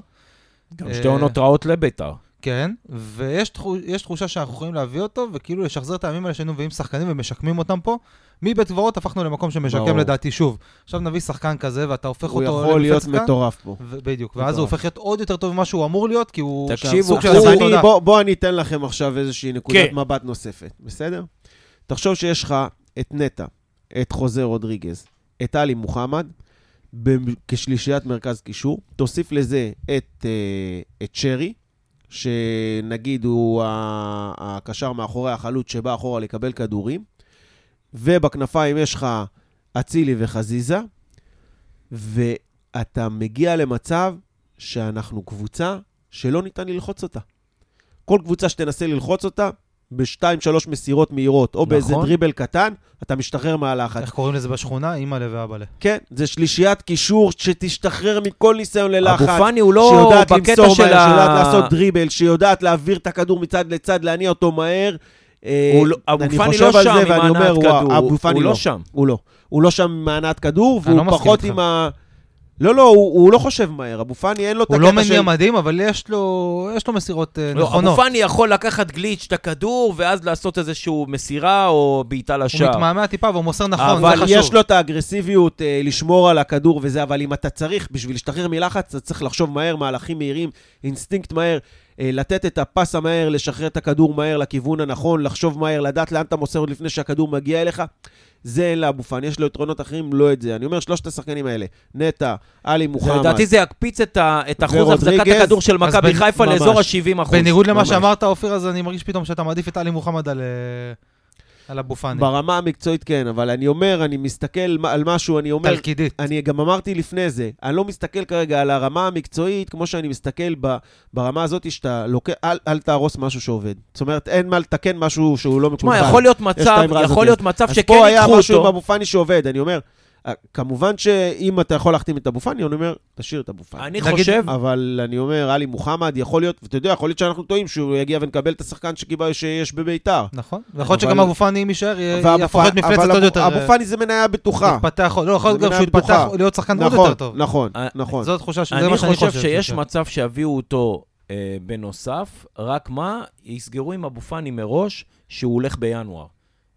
B: גם
C: אה,
B: שתי עונות רעות לביתר.
C: כן, ויש תחו- יש תחושה שאנחנו יכולים להביא אותו, וכאילו לשחזר את הימים האלה שהיינו מביאים שחקנים ומשקמים אותם פה. מבית קברות הפכנו למקום
D: ברור.
C: שמשקם לדעתי שוב. עכשיו נביא שחקן כזה, ואתה הופך
D: הוא
C: אותו...
D: יכול להיות
C: למפלצת כאן,
D: מטורף פה.
C: ו- בדיוק, ואז
D: מטורף.
C: הוא הופך להיות עוד יותר טוב ממה שהוא אמור להיות, כי הוא...
B: תקשיב,
D: עכשיו,
B: סוג
C: של
D: אז
C: הסתה,
D: אני-
C: תודה.
D: בוא- בוא אני אתן לכם עכשיו איזושהי נקודת
B: כן.
D: מבט נוספת, בסדר? תחשוב שיש לך את נטע, את חוזה רודריגז, את עלי מוחמד, במ- כשלישיית מרכז קישור, תוסיף לזה את, אה, את שרי, שנגיד הוא ה- הקשר מאחורי החלוץ שבא אחורה לקבל כדורים, ובכנפיים יש לך אצילי וחזיזה, ואתה מגיע למצב שאנחנו קבוצה שלא ניתן ללחוץ אותה. כל קבוצה שתנסה ללחוץ אותה, בשתיים, שלוש מסירות מהירות, או נכון. באיזה
B: נכון.
D: דריבל קטן, אתה משתחרר מהלחץ.
C: איך קוראים לזה בשכונה? אימא'לה ואבאלה.
D: כן, זה שלישיית קישור שתשתחרר מכל ניסיון ללחץ.
B: אבו פאני הוא לא
D: שיודעת
B: בקטע
D: למסור
B: של
D: מהר,
B: ה...
D: שיודעת לעשות דריבל, שיודעת להעביר את הכדור מצד לצד, להניע אותו מהר. אה,
B: הוא לא- אבו
D: אני
B: פאני
D: חושב
B: לא שם
D: על זה
B: עם
D: ואני
B: הנעת
D: אומר, וואו,
B: כדור.
D: אבו
B: הוא
D: פאני
B: לא
D: לא.
B: שם.
D: הוא לא. הוא לא שם עם הנעת כדור,
C: אני
D: והוא
C: לא מסכים
D: פחות
C: איתך.
D: עם ה... לא, לא, הוא הוא לא חושב מהר. אבו פאני אין לו את
C: הוא
D: הקטע של...
C: לא מניע מדהים, אבל יש לו יש לו מסירות אה,
B: לא, אבו
C: נכונות.
B: פאני יכול לקחת גליץ' את הכדור, ואז לעשות איזשהו מסירה או בעיטה
C: הוא
B: לשער.
C: מתמעמע טיפה והוא מוסר נכון, זה
D: אבל
C: חשוב.
D: יש לו את האגרסיביות אה, לשמור על הכדור וזה, אבל אם אתה צריך, בשביל להשתחרר מלחץ, אתה צריך לחשוב מהר, מהלכים מהירים, אינסטינקט מהר, אה, לתת את הפס המהר, לשחרר את הכדור מהר לכיוון הנכון, לחשוב מהר, לדעת לאן אתה מוסר עוד לפני שהכדור מגיע אליך. זה אין לאבו פאני, יש לו יתרונות אחרים, לא את זה. אני אומר, שלושת השחקנים האלה, נטע, עלי מוחמד.
B: לדעתי זה יקפיץ את ה- את אחוז
D: ורודריגז,
B: החזקת הכדור של מכבי
C: בנ-
B: חיפה
D: ממש.
B: לאזור ה-70 אחוז.
C: בניגוד למה
D: ממש.
C: שאמרת, אופיר, אז אני מרגיש פתאום שאתה מעדיף את עלי מוחמד על, אה, על אבו פאני.
D: ברמה המקצועית כן, אבל אני אומר, אני מסתכל מה- על משהו, אני אומר,
C: תלכידית.
D: אני גם אמרתי לפני זה, אני לא מסתכל כרגע על הרמה המקצועית, כמו שאני מסתכל ב, ברמה הזאת שאתה לוקח, אל, אל תהרוס משהו שעובד. זאת אומרת, אין מה לתקן משהו שהוא לא מקולקל.
B: תשמע, יכול להיות
D: יש את
B: מצב,
D: האמרה הזאת.
B: יכול להיות מצב
D: כן. אז
B: שכן
D: פה היה
B: ייקחו
D: משהו עם
B: אותו.
D: אבו פאני שעובד, אני אומר, אה, כמובן שאם אתה יכול להחתים את אבו פאני, אני אומר, תשאיר את אבו פאני.
B: אני
C: נגיד-
B: חושב,
D: אבל אני אומר, עלי מוחמד יכול להיות, ואתה יודע, יכול להיות שאנחנו טועים שהוא יגיע ונקבל את השחקן שקיבל שיש בביתר.
C: נכון. ויכול להיות שגם
D: כן, אבל-
C: אבו פאני, אם יישאר, יהיה-
D: ואבו
C: אה, יהפוך להיות
D: פאני-
C: מפלצת
D: אבל
C: עוד
D: אבו-
C: יותר.
D: אבו
C: אה,
D: פאני זה מניה בטוחה.
C: יתפתח, לא, יכול להיות
D: זה
C: גם שהוא
D: מניה
C: יתפתח,
D: בטוחה.
C: להיות שחקן עוד
D: נכון,
C: יותר טוב.
D: נכון,
B: אה,
D: נכון.
C: זו התחושה, ש- זה
B: אני
C: מה שאני
B: חושב
C: חושב.
B: שיש
C: כן.
B: מצב שיביאו אותו אה, בנוסף, רק מה, יסגרו עם אבו פאני מראש שהוא הולך בינואר.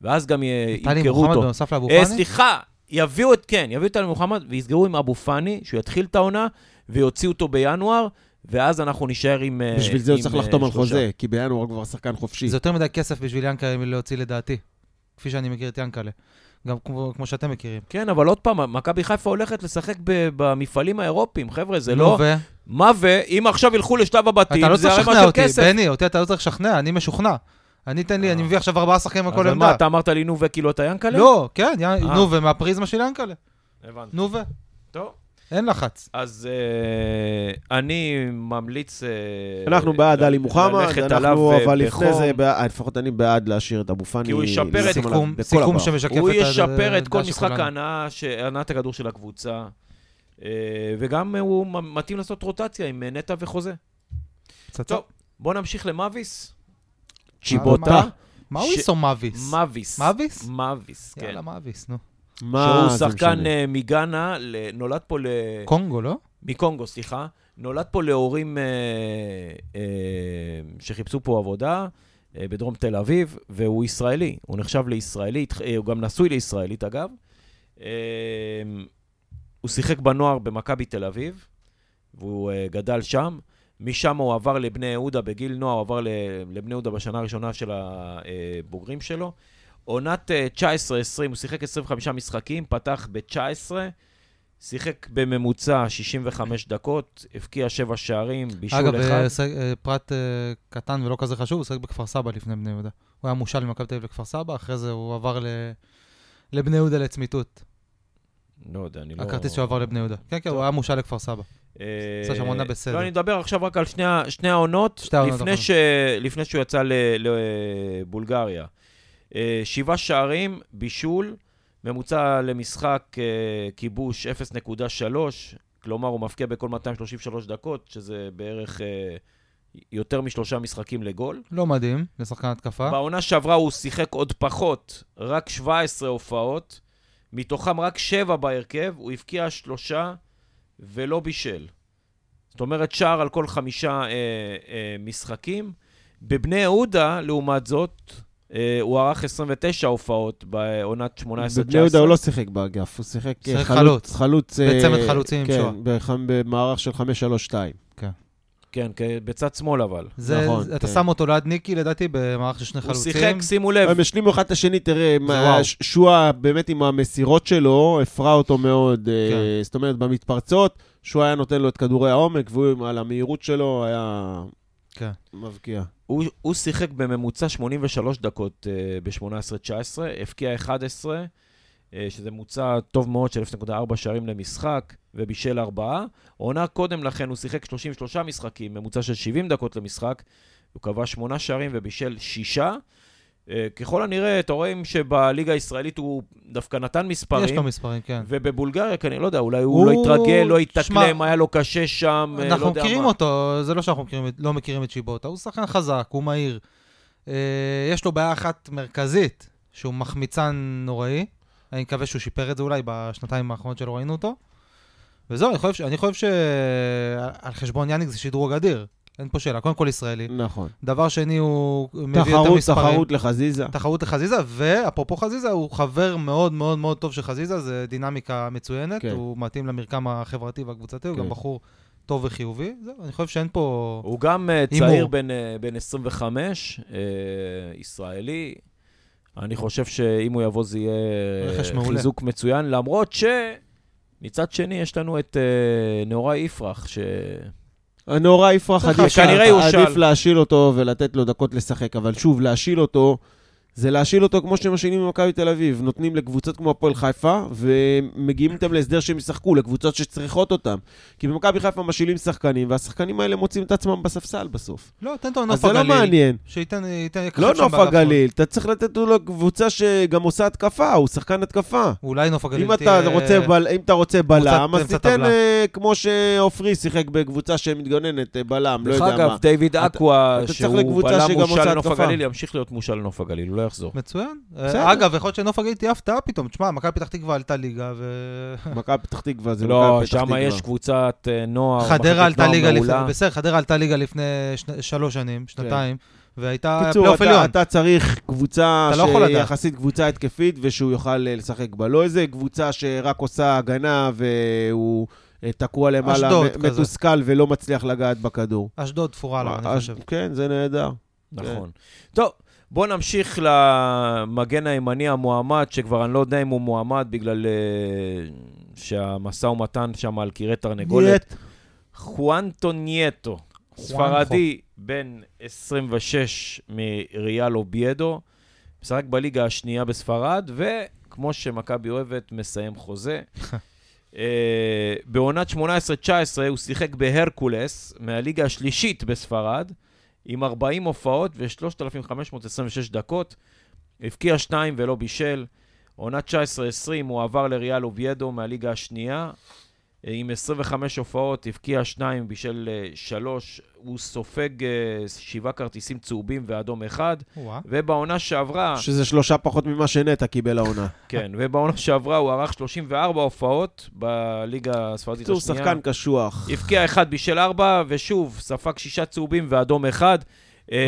B: ואז גם י-
C: עלי
B: ימכרו
C: מוחמד
B: אותו.
C: בנוסף לאבו
B: אה,
C: פאני?
B: סליחה, יביאו את, כן, יביאו את אלי מוחמד ויסגרו עם אבו פאני, שהוא יתחיל את העונה, ויוציאו אותו בינואר, ואז אנחנו נישאר עם אה,
D: בשביל זה הוא
B: עם,
D: צריך
B: אה,
D: לחתום על
B: שלושה.
D: חוזה, כי בינואר הוא כבר שחקן חופשי.
C: זה יותר מדי כסף בשביל ינקלה להוציא לדעתי, כפי שאני מכיר את ינקלה. גם כמו כמו שאתם מכירים.
B: כן, אבל עוד פעם, מכבי חיפה הולכת לשחק ב- במפעלים האירופיים, חבר'ה, זה
C: נו,
B: לא...
C: ו-
B: מה ו... אם עכשיו ילכו לשלב
C: אתה לא
B: הבתים, זה
C: צריך
B: הרי
C: לשכנע
B: משהו
C: אותי,
B: כסף.
C: בני, אותי אתה לא צריך לשכנע, אני משוכנע. אני תן לי,
B: אה.
C: אני מביא עכשיו ארבעה שחקנים על כל
B: אז מה,
C: עמדה.
B: אתה אמרת לי נו וכאילו אתה ינקלה?
C: לא, כן, יא-
B: אה.
C: נו, ומהפריזמה של ינקלה.
B: הבנתי.
C: נו, ו...
B: טוב.
C: אין לחץ.
B: אז אה, אני ממליץ... אה,
D: אנחנו בעד
B: ל-
D: עלי מוחמד,
B: ללכת עליו,
D: אנחנו
B: אה,
D: אבל לפני
B: בחום.
D: זה, בעד- לפחות אני בעד להשאיר את אבו פאני.
B: כי הוא ישפר את-
D: לשים עליו
C: סיכום-
D: בכל
C: סיכום
D: הבא.
C: שמשקף את
B: הוא
C: ה-
D: אה,
B: ישפר את
C: הדעה
B: כל
C: של
B: משחק
C: כולנו.
B: ההנאה, ש- הנעת הכדור של הקבוצה, אה, וגם אה, הוא מ- מתאים לעשות רוטציה עם אה, נטע וחוזה.
C: פצצה.
B: טוב, בואו נמשיך למאביס.
C: מה-
B: צ'יבוטה.
C: מה
B: ש-
C: אוויס או מאביס?
B: מאביס.
C: מאביס?
B: מאביס, כן.
C: יאללה, מאביס, נו.
D: מה
B: שהוא
D: זה
B: שחקן
D: משנה?
B: אה, מגאנה, ל- נולד פה ל...
C: קונגו, לא?
B: מקונגו, סליחה. נולד פה להורים אה, אה, שחיפשו פה עבודה אה, בדרום תל אביב, והוא ישראלי. הוא נחשב לישראלי, התח- אה, הוא גם נשוי לישראלית, אגב. אה, הוא שיחק בנוער במכבי תל אביב, והוא אה, גדל שם. משם הוא עבר לבני יהודה, בגיל נוער הוא עבר ל- לבני יהודה בשנה הראשונה של הבוגרים שלו. עונת אה, 19-20, הוא שיחק 25 משחקים, פתח ב-19, שיחק בממוצע 65 דקות, הבקיע 7 שערים, בישול
C: אגב,
B: אחד.
C: אה, ש- אה, פרט אה, קטן ולא כזה חשוב, הוא שיחק בכפר סבא לפני בני יהודה. הוא היה מושל ממכבי תל אביב לכפר סבא, אחרי זה הוא עבר ל- לבני יהודה לצמיתות.
B: לא יודע, אני לא...
C: הכרטיס שהוא עבר לבני יהודה. כן, כן, הוא היה מושל לכפר סבא.
B: אה,
C: עשה שם עונה בסדר.
B: לא, אני מדבר עכשיו רק על שני, ה- שני העונות,
C: שתי העונות,
B: לפני,
C: נכון.
B: ש, לפני שהוא יצא לבולגריה. אה, שבעה שערים, בישול, ממוצע למשחק אה, כיבוש 0.3, כלומר הוא מפקיע בכל 233 דקות, שזה בערך אה, יותר משלושה משחקים לגול.
C: לא מדהים, לשחקן התקפה.
B: בעונה שעברה הוא שיחק עוד פחות, רק 17 הופעות, מתוכם רק 7 בהרכב, הוא הבקיע שלושה ולא בישל. זאת אומרת, שער על כל חמישה אה, אה, משחקים. בבני יהודה, לעומת זאת, אה, הוא ערך 29 הופעות בעונת 18-19.
D: בבני יהודה הוא לא שיחק באגף, הוא שיחק
C: שיחק
D: אה,
C: חלוץ.
D: חלוץ אה,
C: בצמד חלוצים עם
D: כן,
C: שואה.
D: בחמ- במערך של 5-3-2.
B: כן, כן, בצד שמאל אבל.
C: זה,
D: נכון,
C: אתה
D: כן.
C: שם אותו ליד ניקי, לדעתי, במערך של שני
B: הוא
C: חלוצים.
B: שיחק, שימו לב,
D: הם השלימו אחד את השני, תראה, מה-
C: וואו.
D: ש- שועה באמת עם המסירות שלו, הפרה אותו מאוד. אה,
C: כן.
D: זאת אומרת, במתפרצות, שועה היה נותן לו את כדורי העומק, והוא עם- על המהירות שלו היה
C: כן.
D: מבקיע.
B: הוא, הוא שיחק בממוצע 83 דקות uh, ב-18-19, הבקיע 11, uh, שזה ממוצע טוב מאוד של 0.4 שערים למשחק, ובישל 4. עונה קודם לכן הוא שיחק 33 משחקים, ממוצע של 70 דקות למשחק, הוא קבע 8 שערים ובישל 6. Uh, ככל הנראה, אתה רואה שבליגה הישראלית הוא דווקא נתן מספרים.
C: יש לו מספרים, כן.
B: ובבולגריה, כנראה, לא יודע, אולי
C: הוא-
B: הוא לא התרגל, לא התאקלם,
C: שמע,
B: היה לו קשה שם, אה, לא יודע מה.
C: אנחנו מכירים אותו, זה לא שאנחנו מכירים, את- לא מכירים את שיבוטה, הוא שחקן חזק, הוא מהיר. אה, יש לו בעיה אחת מרכזית, שהוא מחמיצן נוראי. אני מקווה שהוא שיפר את זה אולי בשנתיים האחרונות שלא ראינו אותו. וזהו, אני חושב, ש- אני חושב שעל חשבון יאניק זה שדרוג אדיר, אין פה שאלה. קודם כל ישראלי.
D: נכון.
C: דבר שני, הוא מביא יותר
D: תחרות,
C: מספרים.
D: תחרות לחזיזה.
C: תחרות לחזיזה, ואפרופו חזיזה, הוא חבר מאוד מאוד מאוד טוב של חזיזה, זה דינמיקה מצוינת,
D: כן.
C: כן. הוא מתאים למרקם החברתי והקבוצתי, הוא
D: כן.
C: גם בחור טוב וחיובי, זהו, אני חושב שאין פה...
B: הוא גם אה,
C: הימור.
B: צעיר בן, אה, בן 25, אה, ישראלי. אני חושב שאם הוא יבוא זה יהיה
C: רכש
B: אה,
C: מעולה.
B: חיזוק מצוין, למרות שמצד שני יש לנו את אה, נאורי יפרח, שכן,
D: נורא יפרח,
B: צריך
D: עדיף,
B: להשיל. כנראה יושל.
D: עדיף להשיל אותו ולתת לו דקות לשחק, אבל שוב, להשיל אותו, זה להשיל אותו כמו שמשאילים במכבי תל אביב. נותנים לקבוצות כמו הפועל חיפה, ומגיעים איתם להסדר שהם ישחקו, לקבוצות שצריכות אותם. כי במכבי חיפה משילים שחקנים, והשחקנים האלה מוצאים את עצמם בספסל בסוף.
C: לא, תן אותו
D: אז
C: לנוף
D: זה לא
C: הגליל.
D: מעניין.
C: שייתן, ייתן, יככב
D: לא
C: שם
D: נוף
C: באגף.
D: הגליל, אתה צריך לתת לו קבוצה שגם עושה התקפה, הוא שחקן התקפה.
C: אולי נוף הגליל
D: אם אתה, רוצה בל, אם אתה רוצה בלם, אז
C: אמצע
D: תיתן
C: טבלה.
D: אה, כמו שעופרי שיחק בקבוצה שמתגוננת, אה, בלם, לא
B: דרך
D: יודע
B: אגב,
D: מה.
B: דיוויד
D: אתה-
B: אקווה,
D: אתה צריך
B: שהוא
D: לקבוצה
B: בלם
D: שגם
B: מושל
D: עושה
B: לנוף
D: התקפה.
B: הגליל, ימשיך להיות מושל לנוף הגליל, הוא לא יחזור.
C: מצוין.
D: בסדר.
C: אה, אגב, יכול להיות שנוף הגליל תהיה הפתעה פתאום. תשמע, מכבי פתח תקווה עלתה ליגה, ו...
D: מכבי פתח תקווה זה
B: לא,
D: מכבי פתח
B: שם
D: תקווה.
B: יש קבוצת אה, נוער, מחלקת
C: חדרה עלתה
B: נוער
C: ליגה לפני...
B: מעולה.
C: בסדר, חדרה עלתה ליגה לפני שני- שלוש שנים, שנתיים, והייתה
D: כן. קיצור,
C: פלייאוף
D: אתה,
C: עליון.
D: אתה צריך קבוצה
C: אתה לא יכול
D: שהיא
C: לדעת.
D: יחסית קבוצה התקפית ושהוא יוכל אה, לשחק בה. לא איזה קבוצה שרק עושה הגנה והוא אה, תקוע למעלה,
C: אשדוד
D: מ-
C: כזה.
D: מתוסכל ולא מצליח לגעת בכדור.
C: אשדוד תפורה לה, אני
D: אש-
C: חושב.
D: כן, זה נהדר.
B: נכון. טוב, בואו נמשיך למגן הימני המועמד, שכבר אני לא יודע אם הוא מועמד בגלל אה, שהמשא ומתן שם על קירי תרנגולת. חואנטו נייטו, ספרדי בן 26 מריאל אוביידו, משחק בליגה השנייה בספרד, וכמו שמכבי אוהבת, מסיים חוזה. אה, בעונת 18-19 הוא שיחק בהרקולס, מהליגה השלישית בספרד, עם 40 הופעות ו-3,526 דקות. הבקיע שניים ולא בישל. עונת 19-20 הוא עבר לריאל אוביידו מהליגה השנייה. אה, עם 25 הופעות, הבקיע שניים, בישל אה, שלוש. הוא סופג אה, שבעה כרטיסים צהובים ואדום אחד.
C: וואה.
B: ובעונה
C: אה.
B: שעברה...
D: שזה שלושה פחות ממה שנטע קיבל העונה.
B: כן, ובעונה שעברה הוא ערך 34 הופעות בליגה הספרדית
D: קיצור,
B: השנייה.
D: שחקן קשוח.
B: הבקיע אחד בישל ארבע, ושוב, ספג שישה צהובים ואדום אחד.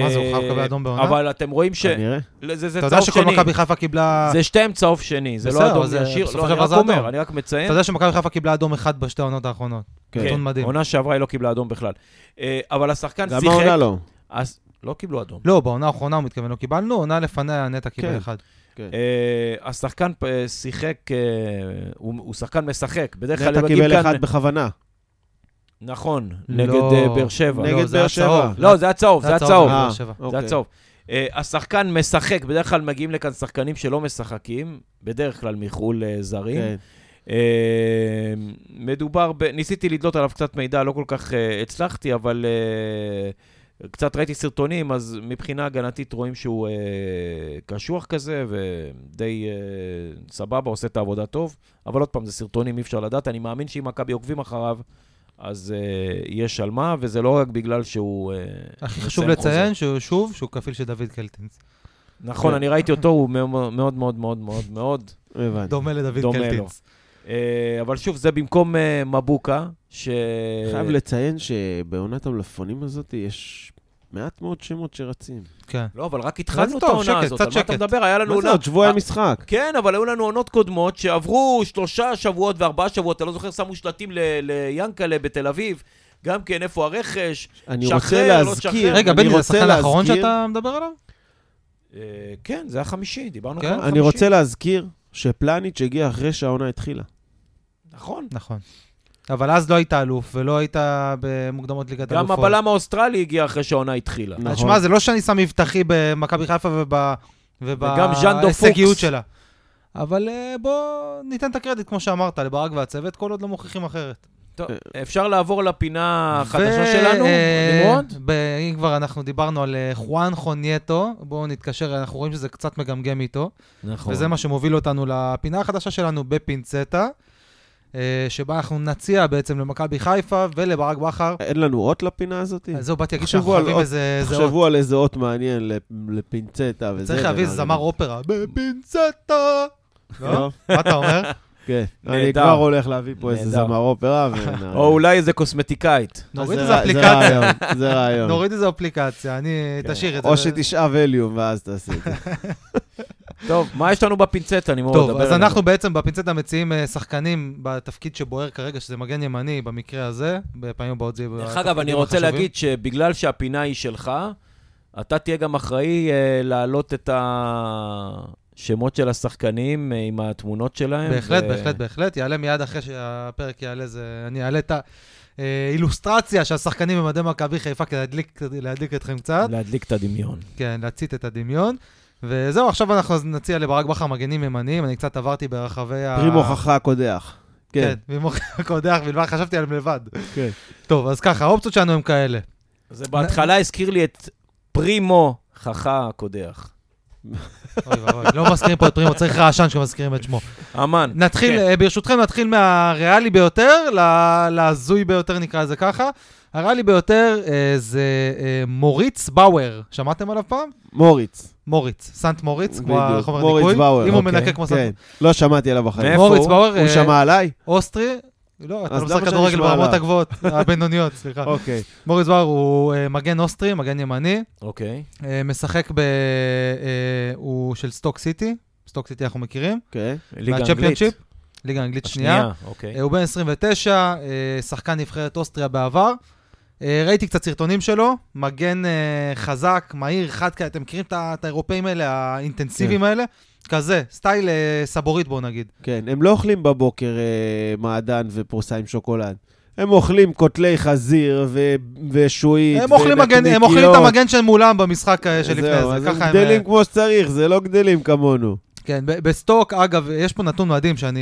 C: מה זה, הוא
B: אה,
C: חייב לקבל אדום בעונה?
B: אבל אתם רואים ש...
D: כנראה.
B: לא, זה זה
C: אתה יודע
B: צהוב
C: שכל
B: שני.
C: מכבי חיפה קיבלה...
B: זה שתיהם צהוב שני, זה לא
C: בסדר,
B: אדום
C: זה-
B: ישיר.
C: בסופו
B: לא,
C: של
B: אני
C: דבר
B: רק
C: זה אדום.
B: אומר, אני רק מציין.
C: אתה יודע שמכבי חיפה קיבלה אדום אחד בשתי העונות האחרונות.
D: כן.
C: נתון מדהים.
B: עונה שעברה היא לא קיבלה אדום בכלל. אה, אבל השחקן
D: גם
B: שיחק...
D: העונה לא.
B: אז לא קיבלו אדום.
C: לא, בעונה האחרונה הוא מתכוון, לא קיבלנו, עונה לפניה נטע
D: כן.
C: קיבל אחד.
B: אה, השחקן אה, שיחק, אה, הוא הוא שחקן משחק. בדרך כלל
D: נטע
B: הם מגיעים
D: קיבל אחד
B: כאן...
D: בכוונה.
B: נכון,
C: לא.
B: נגד אה, באר שבע.
D: נגד
C: לא, זה
D: באר
C: היה
D: שבע.
C: צהוב.
B: לא, זה הצהוב, זה הצהוב.
C: אה,
D: אה,
C: שבע.
B: זה
D: אוקיי.
B: הצהוב. אה, השחקן משחק, בדרך כלל מגיעים לכאן שחקנים שלא משחקים, בדרך כלל מחו"ל אה, זרים.
D: כן.
B: אה, מדובר ב... ניסיתי לדלות עליו קצת מידע, לא כל כך אה, הצלחתי, אבל אה, קצת ראיתי סרטונים, אז מבחינה הגנתית רואים שהוא אה, קשוח כזה, ודי אה, סבבה, עושה את העבודה טוב. אבל עוד פעם, זה סרטונים, אי אפשר לדעת. אני מאמין שאם מכבי עוקבים אחריו, אז אה, יש על מה, וזה לא רק בגלל שהוא... אה,
C: הכי
B: מסיים
C: חשוב
B: חוזה.
C: לציין, שהוא- שוב, שהוא כפיל של דוד קלטינס.
B: נכון,
D: כן.
B: אני ראיתי אותו, הוא מאוד מאוד מאוד מאוד מאוד מאוד
D: הבנתי.
C: דומה לדוד
B: דומה לו.
C: קלטינס.
B: אה, אבל שוב, זה במקום אה, מבוקה, ש...
C: אה,
D: חייב לציין שבעונת המלפפונים הזאת יש מעט מאוד שמות שרצים.
C: כן.
B: לא, אבל רק התחלנו
C: זה
B: את
C: טוב,
B: העונה
C: שקט,
B: הזאת,
C: קצת
B: על מה אתה
C: שקט.
B: מדבר? היה לנו
D: מה זה
B: עונה...
D: עוד שבועי
B: אה,
D: משחק?
B: כן, אבל היו לנו עונות קודמות שעברו שלושה שבועות וארבעה שבועות, אתה לא זוכר, שמו שלטים ל- ליאנקלה בתל אביב, גם כן, איפה הרכש?
D: אני
B: שחרר,
D: רוצה
B: לא
D: להזכיר...
B: תשחרר.
C: רגע,
D: אני
C: בני, זה
D: רוצה
C: השחקן האחרון
D: להזכיר-
C: שאתה מדבר עליו?
B: אה, כן, זה החמישי, דיברנו
C: כן?
B: כבר על
D: אני
B: חמישי.
D: רוצה להזכיר שפלניץ' הגיע אחרי שהעונה התחילה.
B: נכון.
C: נכון. אבל אז לא היית אלוף, ולא היית במוקדמות ליגת
B: גם
C: אלופות.
B: הבלם האוסטרלי הגיע אחרי שהעונה התחילה.
D: נכון.
C: אז שמע, זה לא שאני שם מבטחי במכבי חיפה וב...
B: וגם ז'אן דו פוקס.
C: ובהישגיות שלה. אבל אה, בוא ניתן את הקרדיט, כמו שאמרת, לברק והצוות, כל עוד לא מוכיחים אחרת.
B: טוב, אפשר לעבור לפינה החדשה
C: ו-
B: שלנו,
C: אה,
B: נמרוד?
C: ב- אם כבר אנחנו דיברנו על אה, חואנכו נייטו, בואו נתקשר, אנחנו רואים שזה קצת מגמגם איתו,
B: נכון.
C: וזה מה שמוביל אותנו לפינה החדשה שלנו בפינצטה, אה, שבה אנחנו נציע בעצם למכבי חיפה ולברק בכר.
D: אין לנו אות לפינה הזאת?
C: אז זהו, באתי להגיד
D: אה, תחשבו
C: שאנחנו
D: על
C: חייבים
D: עוד-
C: איזה... איזה עוד.
D: תחשבו על איזה אות מעניין לפ- לפינצטה וזה.
C: צריך להביא איזה
D: ונעלה.
C: זמר אופרה. בפינצטה! לא?
D: לא?
C: מה אתה אומר?
D: כן. אני
B: נהדר.
D: כבר הולך להביא פה איזה
B: נהדר.
D: זמר אופרה. ונעלה.
B: או אולי איזה קוסמטיקאית.
D: אז
C: נוריד
D: זה
C: איזה
D: רע- זה
C: אפליקציה.
D: רעיון, זה רעיון.
C: נוריד איזה אפליקציה, אני...
B: כן.
C: תשאיר את זה.
D: או שתשאב הליום ואז תעשה את זה.
B: טוב, מה יש לנו בפינצטה, נמרוד?
C: טוב,
B: דבר
C: אז
B: אלינו.
C: אנחנו בעצם בפינצטה מציעים אה, שחקנים בתפקיד שבוער כרגע, שזה מגן ימני במקרה הזה, בפעמים הבאות זה יהיה...
B: דרך
C: בתפקידים
B: אגב, אני רוצה
C: החשובים.
B: להגיד שבגלל שהפינה היא שלך, אתה תהיה גם אחראי אה, להעלות את השמות של השחקנים אה, עם התמונות שלהם.
C: בהחלט,
B: ו-
C: בהחלט, בהחלט. יעלה מיד אחרי שהפרק יעלה, זה... אני אעלה את אה, האילוסטרציה שהשחקנים במדי מכבי חיפה כדי להדליק- כדי להדליק אתכם קצת.
B: להדליק את הדמיון.
C: כן, להצית את הדמיון. וזהו, עכשיו אנחנו נציע לברק בכר מגנים ימניים, אני קצת עברתי ברחבי ה...
D: פרים הוכחה קודח.
C: כן,
D: כן.
C: פרימוך הקודח בלבד, חשבתי עליהם לבד.
D: כן.
C: טוב, אז ככה, האופציות שלנו הם כאלה.
B: זה בהתחלה הזכיר לי את פרימו חכה הקודח.
C: אוי ואבוי, לא מזכירים פה את פרימו, צריך רעשן שמזכירים את שמו.
B: אמן.
C: נתחיל,
B: כן.
C: אה, ברשותכם, נתחיל מהריאלי ביותר ל- להזוי ביותר, נקרא לזה ככה. הריאלי ביותר אה, זה אה, מוריץ באואר, שמעתם עליו פעם?
D: מוריץ.
C: מוריץ, סנט מוריץ, כמו
D: בדיוק.
C: החומר
D: מוריץ
C: ניקוי.
D: באואר,
C: אם הוא
B: אוקיי,
C: מנקה כמו סנט
D: כן.
C: מוריץ.
D: לא שמעתי עליו בחיים.
B: מאיפה
C: מוריץ
B: הוא?
C: באואר,
D: הוא
C: אה,
D: שמע עליי?
C: אוסטרי, לא, אתה
D: אז
C: לא
D: למה
C: משחק
D: שאני
C: כדורגל
D: אשמע
C: ברמות
D: עליו?
C: הגבוהות, הבינוניות, סליחה.
D: אוקיי.
C: מוריס בר הוא אה, מגן אוסטרי, מגן ימני,
B: אוקיי.
C: אה, משחק ב... אה, הוא של סטוק סיטי, סטוק סיטי אנחנו מכירים.
D: אוקיי.
B: ליגה אנגלית.
C: מהצ'מפיונשיפ, ליגה אנגלית שנייה.
B: שנייה. אוקיי.
C: אה, הוא בן 29, אה, שחקן נבחרת אוסטריה בעבר. אה, ראיתי קצת סרטונים שלו, מגן אה, חזק, מהיר, חד כאלה, אתם מכירים את ה- את האירופאים האלה, האינטנסיביים האלה? כזה, סטייל אה, סבורית בוא נגיד.
D: כן, הם לא אוכלים בבוקר אה, מעדן ופרוסה עם שוקולד. הם אוכלים קוטלי חזיר ו- ושועית.
C: הם אוכלים מגן- הם אוכלים את המגן של מולם במשחק אה, שלפני
D: זהו,
C: זה,
D: אז הם
C: ככה הם... אה,
D: גדלים כמו שצריך, זה לא גדלים כמונו.
C: כן, ב- בסטוק, אגב, יש פה נתון מדהים שאני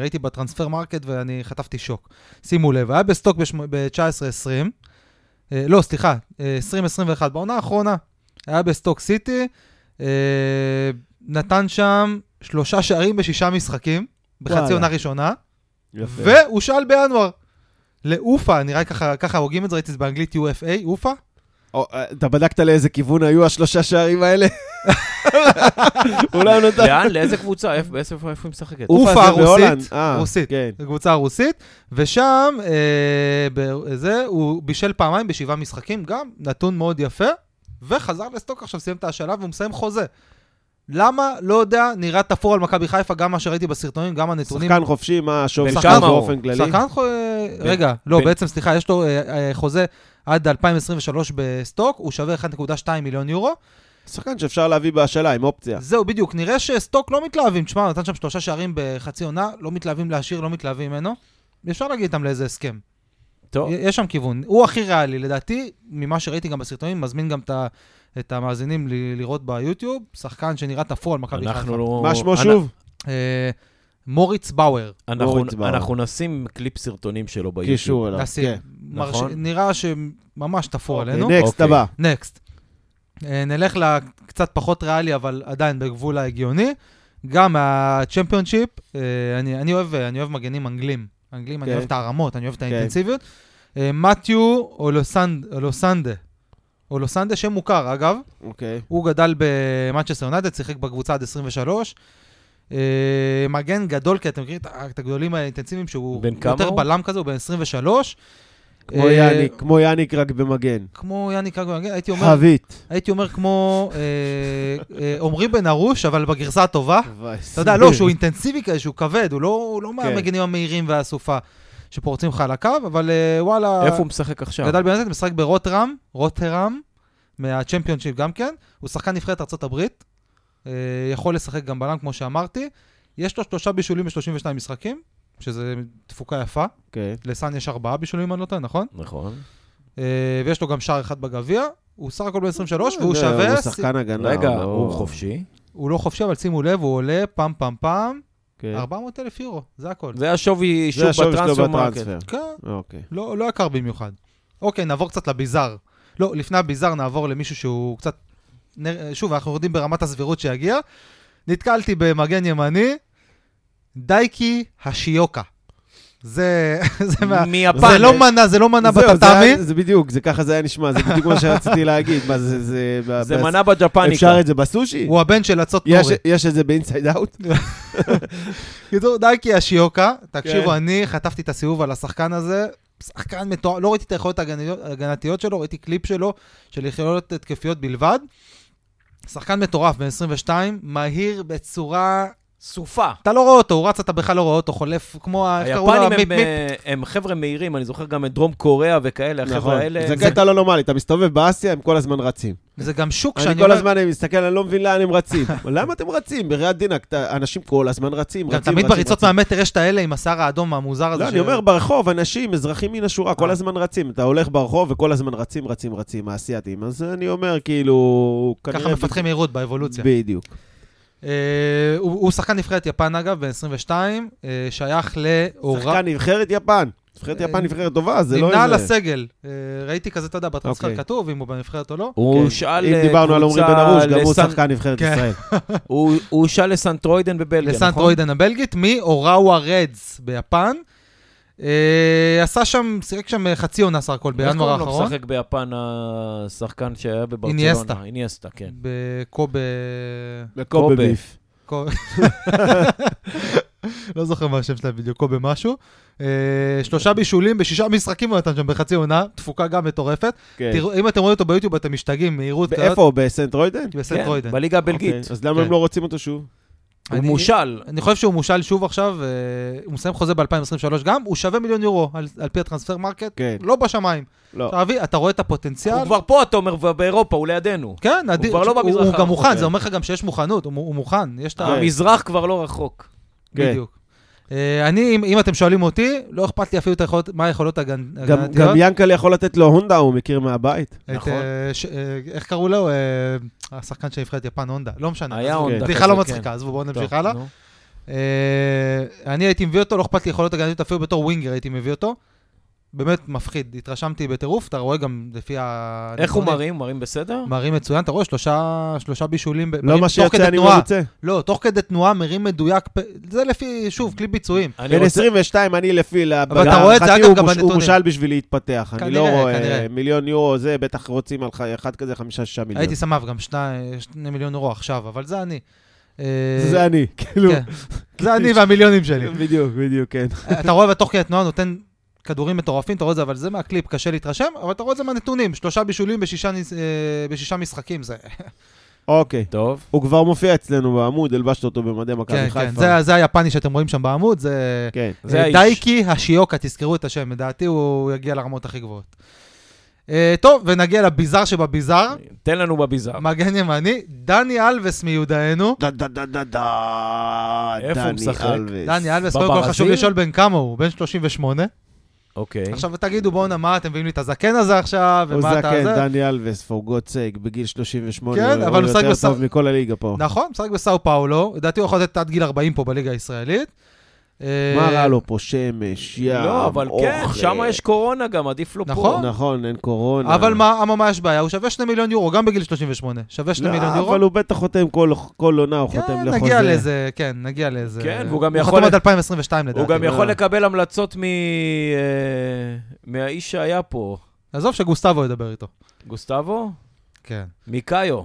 C: ראיתי בטרנספר מרקט ואני חטפתי שוק. שימו לב, היה בסטוק ב-19-20, לא, סליחה, 20-21, בעונה האחרונה, היה בסטוק סיטי, אה, נתן שם שלושה שערים בשישה משחקים, בחצי
D: וואלה.
C: עונה ראשונה,
D: יפה.
C: והושאל בינואר. לאופה, נראה ככה, ככה הוגים את זה, ראיתי את זה באנגלית UFA, אופה?
D: או, אה, אתה בדקת לאיזה כיוון היו השלושה שערים האלה? אולי הוא
C: אה,
D: נתן...
B: לאן? לאיזה קבוצה? איפה- איפה איפה היא משחקת?
D: אוף. אופה
C: אופה
D: זה בהולנד.
C: הרוסית,
D: אה,
C: רוסית,
D: כן.
C: זו קבוצה רוסית, ושם, אה, ב- זה, הוא בישל פעמיים בשבעה משחקים, גם נתון מאוד יפה, וחזר לסטוק עכשיו, סיים את ההשאלה והוא מסיים חוזה. למה? לא יודע, נראה תפור על מכבי חיפה, גם מה שראיתי בסרטונים, גם הנתונים.
D: שחקן חופשי, מה השווי
B: בן
D: שלו
B: כמה הוא?
D: באופן כללי?
C: שחקן חו... רגע, לא,
B: בין-
C: בעצם, סליחה, יש לו אה, אה, חוזה עד 2023 בסטוק, הוא שווה 1.2 מיליון יורו.
D: שחקן שאפשר להביא בהשאלה עם אופציה.
C: זהו, בדיוק, נראה שסטוק לא מתלהבים. תשמע, הוא נתן שם שלושה שערים בחצי עונה, לא מתלהבים להשאיר, לא מתלהבים ממנו. אפשר להגיד איתם לאיזה הסכם.
B: טוב.
C: יש שם כיוון. הוא הכי ריאלי, לדעתי, ממה שראיתי גם בסרטונים, מזמין גם את ה- את המאזינים ל- לראות ביוטיוב, שחקן שנראה תפור על מכבי חיפה.
B: אנחנו לא...
D: מה שמו
B: אנ-
D: שוב?
C: אה, מוריץ באואר,
B: אנחנו-
D: מוריץ באואר.
B: אנחנו נשים קליפ סרטונים שלו ביוטיוב.
D: קישור אליו.
C: נשיא.
D: כן.
C: מרש-
B: נכון.
C: נראה שממש תפור עלינו.
D: נקסט
B: אוקיי.
D: הבא.
C: נקסט. אה, נלך לקצת פחות ריאלי, אבל עדיין בגבול ההגיוני. גם הצ'מפיונשיפ, אה, אני, אני, אוהב, אני אוהב מגנים אנגלים. אנגלים, אני
D: כן.
C: אוהב את הרמות, אני אוהב את
D: כן.
C: האינטנסיביות. אה, מתיו אולוסנד, אולוסנדה. אולוסנדה, שם מוכר, אגב.
D: אוקיי.
C: הוא גדל במנצ'סטר יונדד, שיחק בקבוצה עד 23. אה, מגן גדול, כי אתם מכירים את ה- את הגדולים האינטנסיביים, שהוא
B: בן כמה
C: יותר
B: הוא?
C: בלם כזה, הוא בן 23.
D: כמו
C: אה,
D: יאניק, כמו יאניק רק במגן.
C: כמו יאניק רגו, הייתי אומר,
D: חבית.
C: הייתי אומר כמו אה, אה, עמרי בן ארוש, אבל בגרסה הטובה. אתה יודע,
D: כן.
C: לא, שהוא אינטנסיבי כזה, שהוא כבד, הוא לא, הוא לא מהמגנים המהירים והסופה שפורצים לך על הקו, אבל אה, וואלה...
B: איפה הוא משחק עכשיו?
C: גדל ביונטד, משחק ברוטרם, רוטרם, מהצ'מפיונשיפ גם כן. הוא שחקן נבחרת אה, ארה"ב, יכול לשחק גם בלם, כמו שאמרתי. יש לו שלושה בישולים ב-32 משחקים, שזה תפוקה יפה.
D: כן.
C: לסאן יש ארבעה בישולים, אם אני לא טועה, נכון?
B: נכון.
C: אה, ויש לו גם שער אחד בגביע. הוא סך הכל ב-23, והוא
D: אה, זה,
C: שווה...
D: הוא שחקן הגנה.
B: רגע,
D: לא-
B: הוא חופשי.
C: הוא לא חופשי, אבל שימו לב, הוא עולה פעם פעם פעם,
D: כן.
C: 400 אלף יורו, זה הכל.
B: זה השווי שוב
D: זה השוב שלו
B: בטרנספר מרקט.
D: בטרנספר.
C: כן,
D: אוקיי.
C: לא, לא יקר במיוחד. אוקיי, נעבור קצת לביזאר. לא, לפני הביזאר נעבור למישהו שהוא קצת... נר- שוב, אנחנו יורדים ברמת הסבירות שיגיע. נתקלתי במגן ימני, דייקי השיוקה. זה, זה מה...
B: מיפן.
C: זה לא מנה, זה לא מנה
D: זהו, זה
C: בטאטאמי.
D: היה- זה בדיוק, זה ככה זה היה נשמע, זה בדיוק מה שרציתי להגיד. מה זה, זה... ב-
B: זה
D: ב-
B: מנה בג'פניקה.
D: אפשר את זה בסושי?
C: הוא הבן של אצות
D: יש-
C: נורי.
D: יש את זה באינסייד אאוט?
C: קיצור, דייקי השיוקה, תקשיבו,
D: כן.
C: אני חטפתי את הסיבוב על השחקן הזה, שחקן מטורף, לא ראיתי את היכולות ההגניות- ההגנתיות שלו, ראיתי קליפ שלו של יכולות התקפיות בלבד. שחקן מטורף, בן 22, מהיר בצורה...
B: סופה.
C: אתה לא רואה אותו, הוא רץ, אתה בכלל לא רואה אותו, חולף כמו... ה- איך קראו לו?
B: היפנים הם,
C: המיפ- מיפ.
B: אה, הם חבר'ה מהירים, אני זוכר גם את דרום קוריאה וכאלה,
D: נכון.
B: החבר'ה האלה.
D: זה
B: זה-
D: קטע לא נורמלי, אתה מסתובב באסיה, הם כל הזמן רצים.
C: זה גם שוק שאני
D: אני כל
C: אומר...
D: הזמן אני מסתכל, אני לא מבין לאן הם רצים. למה אתם רצים? בריאת דינק, אתה- אנשים כל הזמן רצים,
C: גם
D: רצים,
C: תמיד
D: רצים,
C: בריצות
D: רצים.
C: מהמטר יש את האלה עם השיער האדום המוזר הזה.
D: לא,
C: ש-
D: אני אומר, ברחוב, אנשים, אזרחים מן השורה, כל
C: אה.
D: הזמן רצים. אתה הולך ברחוב וכל הזמן רצים, רצים, רצים, האסייתים. אז אני אומר, כאילו...
C: ככה
D: כנראה-
C: מפתחים מהירות באבולוציה.
D: בדיוק.
C: אה, הוא הוא שחקן נבחרת יפן, אגב, בן 22, אה, שייך לאורה...
D: שחקן נבחרת יפן. נבחרת
C: אה,
D: יפן נבחרת טובה, זה לא
C: נמנה על
D: איזה...
C: הסגל. אה, ראיתי כזה, אתה יודע, בטרנספר
D: אוקיי.
C: כתוב, אם הוא בנבחרת או לא.
B: הוא
D: כן.
B: הושאל
D: אם דיברנו על עומרי בן
B: לקבוצה
D: ארוש, גם הוא
B: לסן-
D: שחקן נבחרת
C: כן.
D: ישראל.
B: הוא הוא הושאל לסנטרוידן בבלגיה, נכון?
C: לסנטרוידן הבלגית, מאוראווה רדס ביפן. אה, עשה שם, שיחק שם אה, חצי עונה סך הכל בינואר
B: איך קוראים לו
C: האחרון.
B: משחק ביפן השחקן שהיה בברצלונה?
C: איניאסטה.
B: איניאסטה, כן.
C: בקובה...
D: בקובה
B: קובה.
D: ביף.
C: קו- לא זוכר מה השם שלה בדיוק, קובה משהו. אה, שלושה בישולים בשישה משחקים הוא נתן שם בחצי עונה, תפוקה גם מטורפת.
D: כן.
C: תראו, אם אתם רואים אותו ביוטיוב אתם משתגעים, מהירות כזאת.
D: איפה הוא? בסנטרוידן?
B: כן,
C: בסנטרוידן.
B: בליגה הבלגית.
D: אוקיי, אז למה הם
C: כן.
D: לא רוצים אותו שוב?
B: הוא
C: אני-
B: מושל.
C: אני חושב שהוא מושל שוב עכשיו, אה, הוא מסיים חוזה ב-2023 גם, הוא שווה מיליון יורו על, על פי הטרנספר מרקט,
D: כן.
C: לא בשמיים.
D: לא.
C: עכשיו, אבי, אתה רואה את הפוטנציאל?
B: הוא כבר פה, אתה אומר, ובאירופה, הוא לידינו.
C: כן, אדיר.
B: כבר לא
C: הוא-
B: במזרח
C: הוא גם
B: הרחוק,
C: מוכן,
D: כן.
C: זה אומר לך גם שיש מוכנות, הוא, הוא מוכן, יש את ה...
D: כן.
B: המזרח כבר לא רחוק.
D: כן.
C: בדיוק. אה, אני, אם, אם אתם שואלים אותי, לא אכפת לי אפילו את היכולות, מה היכולות הגנ-
D: גם-
C: הגנתיות.
D: גם ינקלה יכול לתת לו הונדה, הוא מכיר מהבית.
C: את,
B: נכון.
C: אה, ש- אה, איך קראו לו? אה, השחקן של נבחרת יפן, הונדה. לא משנה.
B: היה
C: עזבו.
B: הונדה
C: בדיחה
B: כזה,
C: לא
B: כן.
C: מצחיקה, עזבו, בואו נמשיך
B: טוב,
C: הלאה.
B: נו.
C: אה, אני הייתי מביא אותו, לא אכפת לי יכולות הגנתיות, אפילו בתור ווינגר הייתי מביא אותו. באמת מפחיד, התרשמתי בטירוף, אתה רואה גם לפי ה...
B: איך הוא
C: הנתונים.
B: מרים? מרים בסדר?
C: מרים מצוין, אתה רואה? שלושה, שלושה בישולים. ב-
D: לא
C: מרים
D: מה
C: תוך
D: שיוצא,
C: כדי
D: אני
C: תנועה.
D: מרוצה.
C: לא, תוך כדי תנועה מרים מדויק, פ- זה לפי, שוב, קליפ ביצועים.
B: אני
D: בן
B: רוצה-
D: 22, אני לפי...
C: אבל אתה רואה את זה, אגב, גם
D: הוא
C: בנתונים.
D: מושל בשביל להתפתח. אני לא
C: כנראה,
D: רואה
C: כנראה.
D: מיליון יורו, זה בטח רוצים על ח- אחד כזה חמישה-שישה מיליון.
C: הייתי שמח גם שני, שני מיליון אירו עכשיו, אבל זה אני. אה,
D: זה אני, כאילו.
C: כן. זה אני והמיליונים שלי.
D: בדיוק, בדיוק, כן.
C: אתה רואה בתוך כדי תנועה נותן כדורים מטורפים, אתה רואה את זה, אבל זה מהקליפ, קשה להתרשם, אבל אתה רואה את זה מהנתונים, שלושה בישולים בשישה, ניס- אה, בשישה משחקים, זה
D: אוקיי.
B: טוב.
D: הוא כבר מופיע אצלנו בעמוד, הלבשת אותו במדי מכבי
C: כן,
D: חיפה.
C: כן, זה, זה היפני שאתם רואים שם בעמוד, זה...
D: כן.
B: זה
C: אה,
B: האיש.
C: דייקי השיוקה, תזכרו את השם, לדעתי הוא יגיע לרמות הכי גבוהות. אה, טוב, ונגיע לביזאר שבביזאר,
B: תן לנו בביזאר.
C: מגן ימני, דני אלבס מיודענו.
D: דה דה דה דה דה,
B: איפה הוא
D: דני
B: משחק?
D: אלבס.
C: דני אלבס, קודם כל
B: בברזיל?
C: חשוב לשאול בן כמה הוא, בן 38.
B: אוקיי.
C: עכשיו תגידו, בואנה, מה, אתם מביאים לי את הזקן הזה עכשיו,
D: כן. הוא
C: ומה אתה...
D: זקן,
C: זה?
D: דני אלבס, for God sake, בגיל 38.
C: כן, אבל הוא משחק
D: יותר
C: בס-
D: טוב מכל הליגה פה.
C: נכון, משחק בסאו פאולו, לדעתי הוא יכול לתת עד גיל 40 פה בליגה הישראלית. אה,
D: מה רע לו פה? שמש, ים,
B: לא, אבל כן,
D: אוכל.
B: שם יש קורונה גם, עדיף לו פה.
C: נכון.
D: נכון, אין קורונה.
C: אבל מה, אממה יש בעיה, הוא שווה 2 מיליון יורו, גם בגיל 38. שווה 2
D: לא,
C: מיליון יורו.
D: אבל הוא בטח חותם כל- כל עונה, הוא חותם
C: כן,
D: לחוזה.
C: נגיע לזה, כן, נגיע לזה.
B: כן, והוא גם
C: הוא
B: יכול-
C: חותם עד 2022 לדעתי. לא.
B: הוא גם
D: אה.
B: יכול לקבל המלצות מ... אה, מהאיש שהיה פה,
C: עזוב שגוסטבו ידבר איתו.
B: גוסטבו?
C: כן.
B: מקאיו.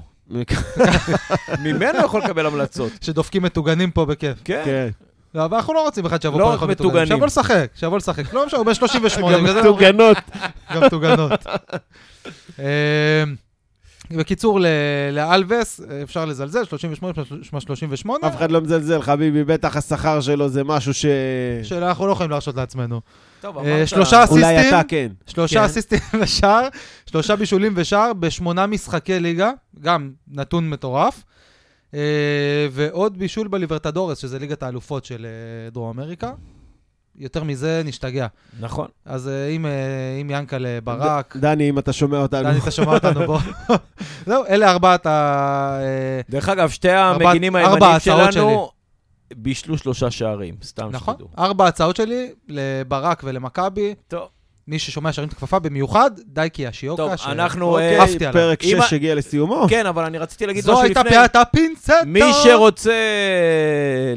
B: ממנו יכול לקבל המלצות.
C: שדופקים מטוגנים פה בכיף.
B: כן.
D: כן.
C: לא, אבל אנחנו לא רוצים בכלל שיבוא
B: לא
C: פה
B: רק
C: אחד
B: מטוגנים.
C: שיבוא לשחק, שיבוא לשחק. לא משנה, הוא בן 38.
D: גם
C: בגלל זה אנחנו
D: מטוגנות.
C: גם מטוגנות. אה, בקיצור, ל- לאלווס, אפשר לזלזל, 38 שמע 38,
D: אף אחד לא מזלזל, חביבי, בטח השכר שלו זה משהו ש...
C: שאנחנו לא יכולים להרשות לעצמנו.
B: טוב,
C: אה, שלושה-
D: אולי
C: אסיסטים?
D: אתה כן.
C: שלושה
B: כן.
C: אסיסטים לשער, שלושה בישולים ושער בשמונה משחקי ליגה, גם נתון מטורף. אה, ועוד בישול בליברטדורס, שזה ליגת האלופות של אה, דרום אמריקה. יותר מזה נשתגע.
B: נכון.
C: אז אה, אם, אה, אם ינקלה ברק,
D: ד- דני, אם אתה שומע אותנו.
C: דני, אתה שומע אותנו בו. זהו, אלה ארבעת ה... אה,
B: דרך אגב, שתי
C: ארבע-
B: המגינים
C: ארבע
B: הימניים
C: הצעות
B: שלנו בישלו שלושה שערים, סתם
C: נכון,
B: שתדעו.
C: ארבע הצעות שלי לברק ולמכבי.
B: טוב.
C: מי ששומע שרים את הכפפה במיוחד, דייקי אשיוקה.
B: טוב,
C: ש-
B: אנחנו...
D: אוקיי,
B: אה,
C: עפתי עליו.
D: פרק
B: אם
D: 6 הגיע לסיומו.
B: כן, אבל אני רציתי להגיד
C: זו
B: משהו
C: הייתה
B: לפני.
C: פיית הפינצטה.
B: מי שרוצה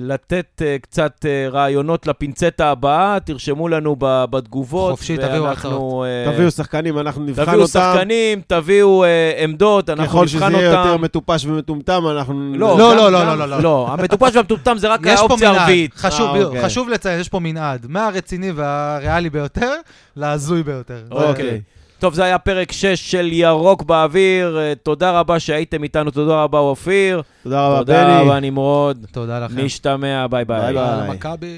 B: לתת אה, קצת אה, רעיונות לפינצטה הבאה, תרשמו לנו ב- בתגובות.
C: חופשי, תביאו
B: ואנחנו,
C: הצעות.
B: אה,
D: תביאו שחקנים, אנחנו נבחן
B: תביאו
D: אותם.
B: שחקנים, תביאו אה, עמדות, אנחנו
D: ככל שזה
B: נבחן
D: יהיה יותר
B: אותם.
D: מטופש ומטומטם, אנחנו...
C: לא,
B: גם-
C: לא, לא,
B: גם-
C: לא, לא.
B: לא, המטופש והמטומטם זה רק
C: יש פה
B: האופציה
C: מנעד,
B: הרביעית.
C: חשוב,
D: אה,
C: בדיוק,
D: אוקיי.
C: חשוב לציין, יש פה מנעד, מהרציני והריאלי ביותר, להזוי ביותר.
B: אוקיי.
D: אוקיי.
B: טוב, זה היה פרק 6 של ירוק באוויר. אה, תודה רבה שהייתם איתנו, תודה רבה אופיר.
D: תודה רבה, בני.
B: תודה רבה נמרוד.
C: תודה לכם.
B: נשתמע, ביי ביי.
D: ביי ביי.
C: מכבי.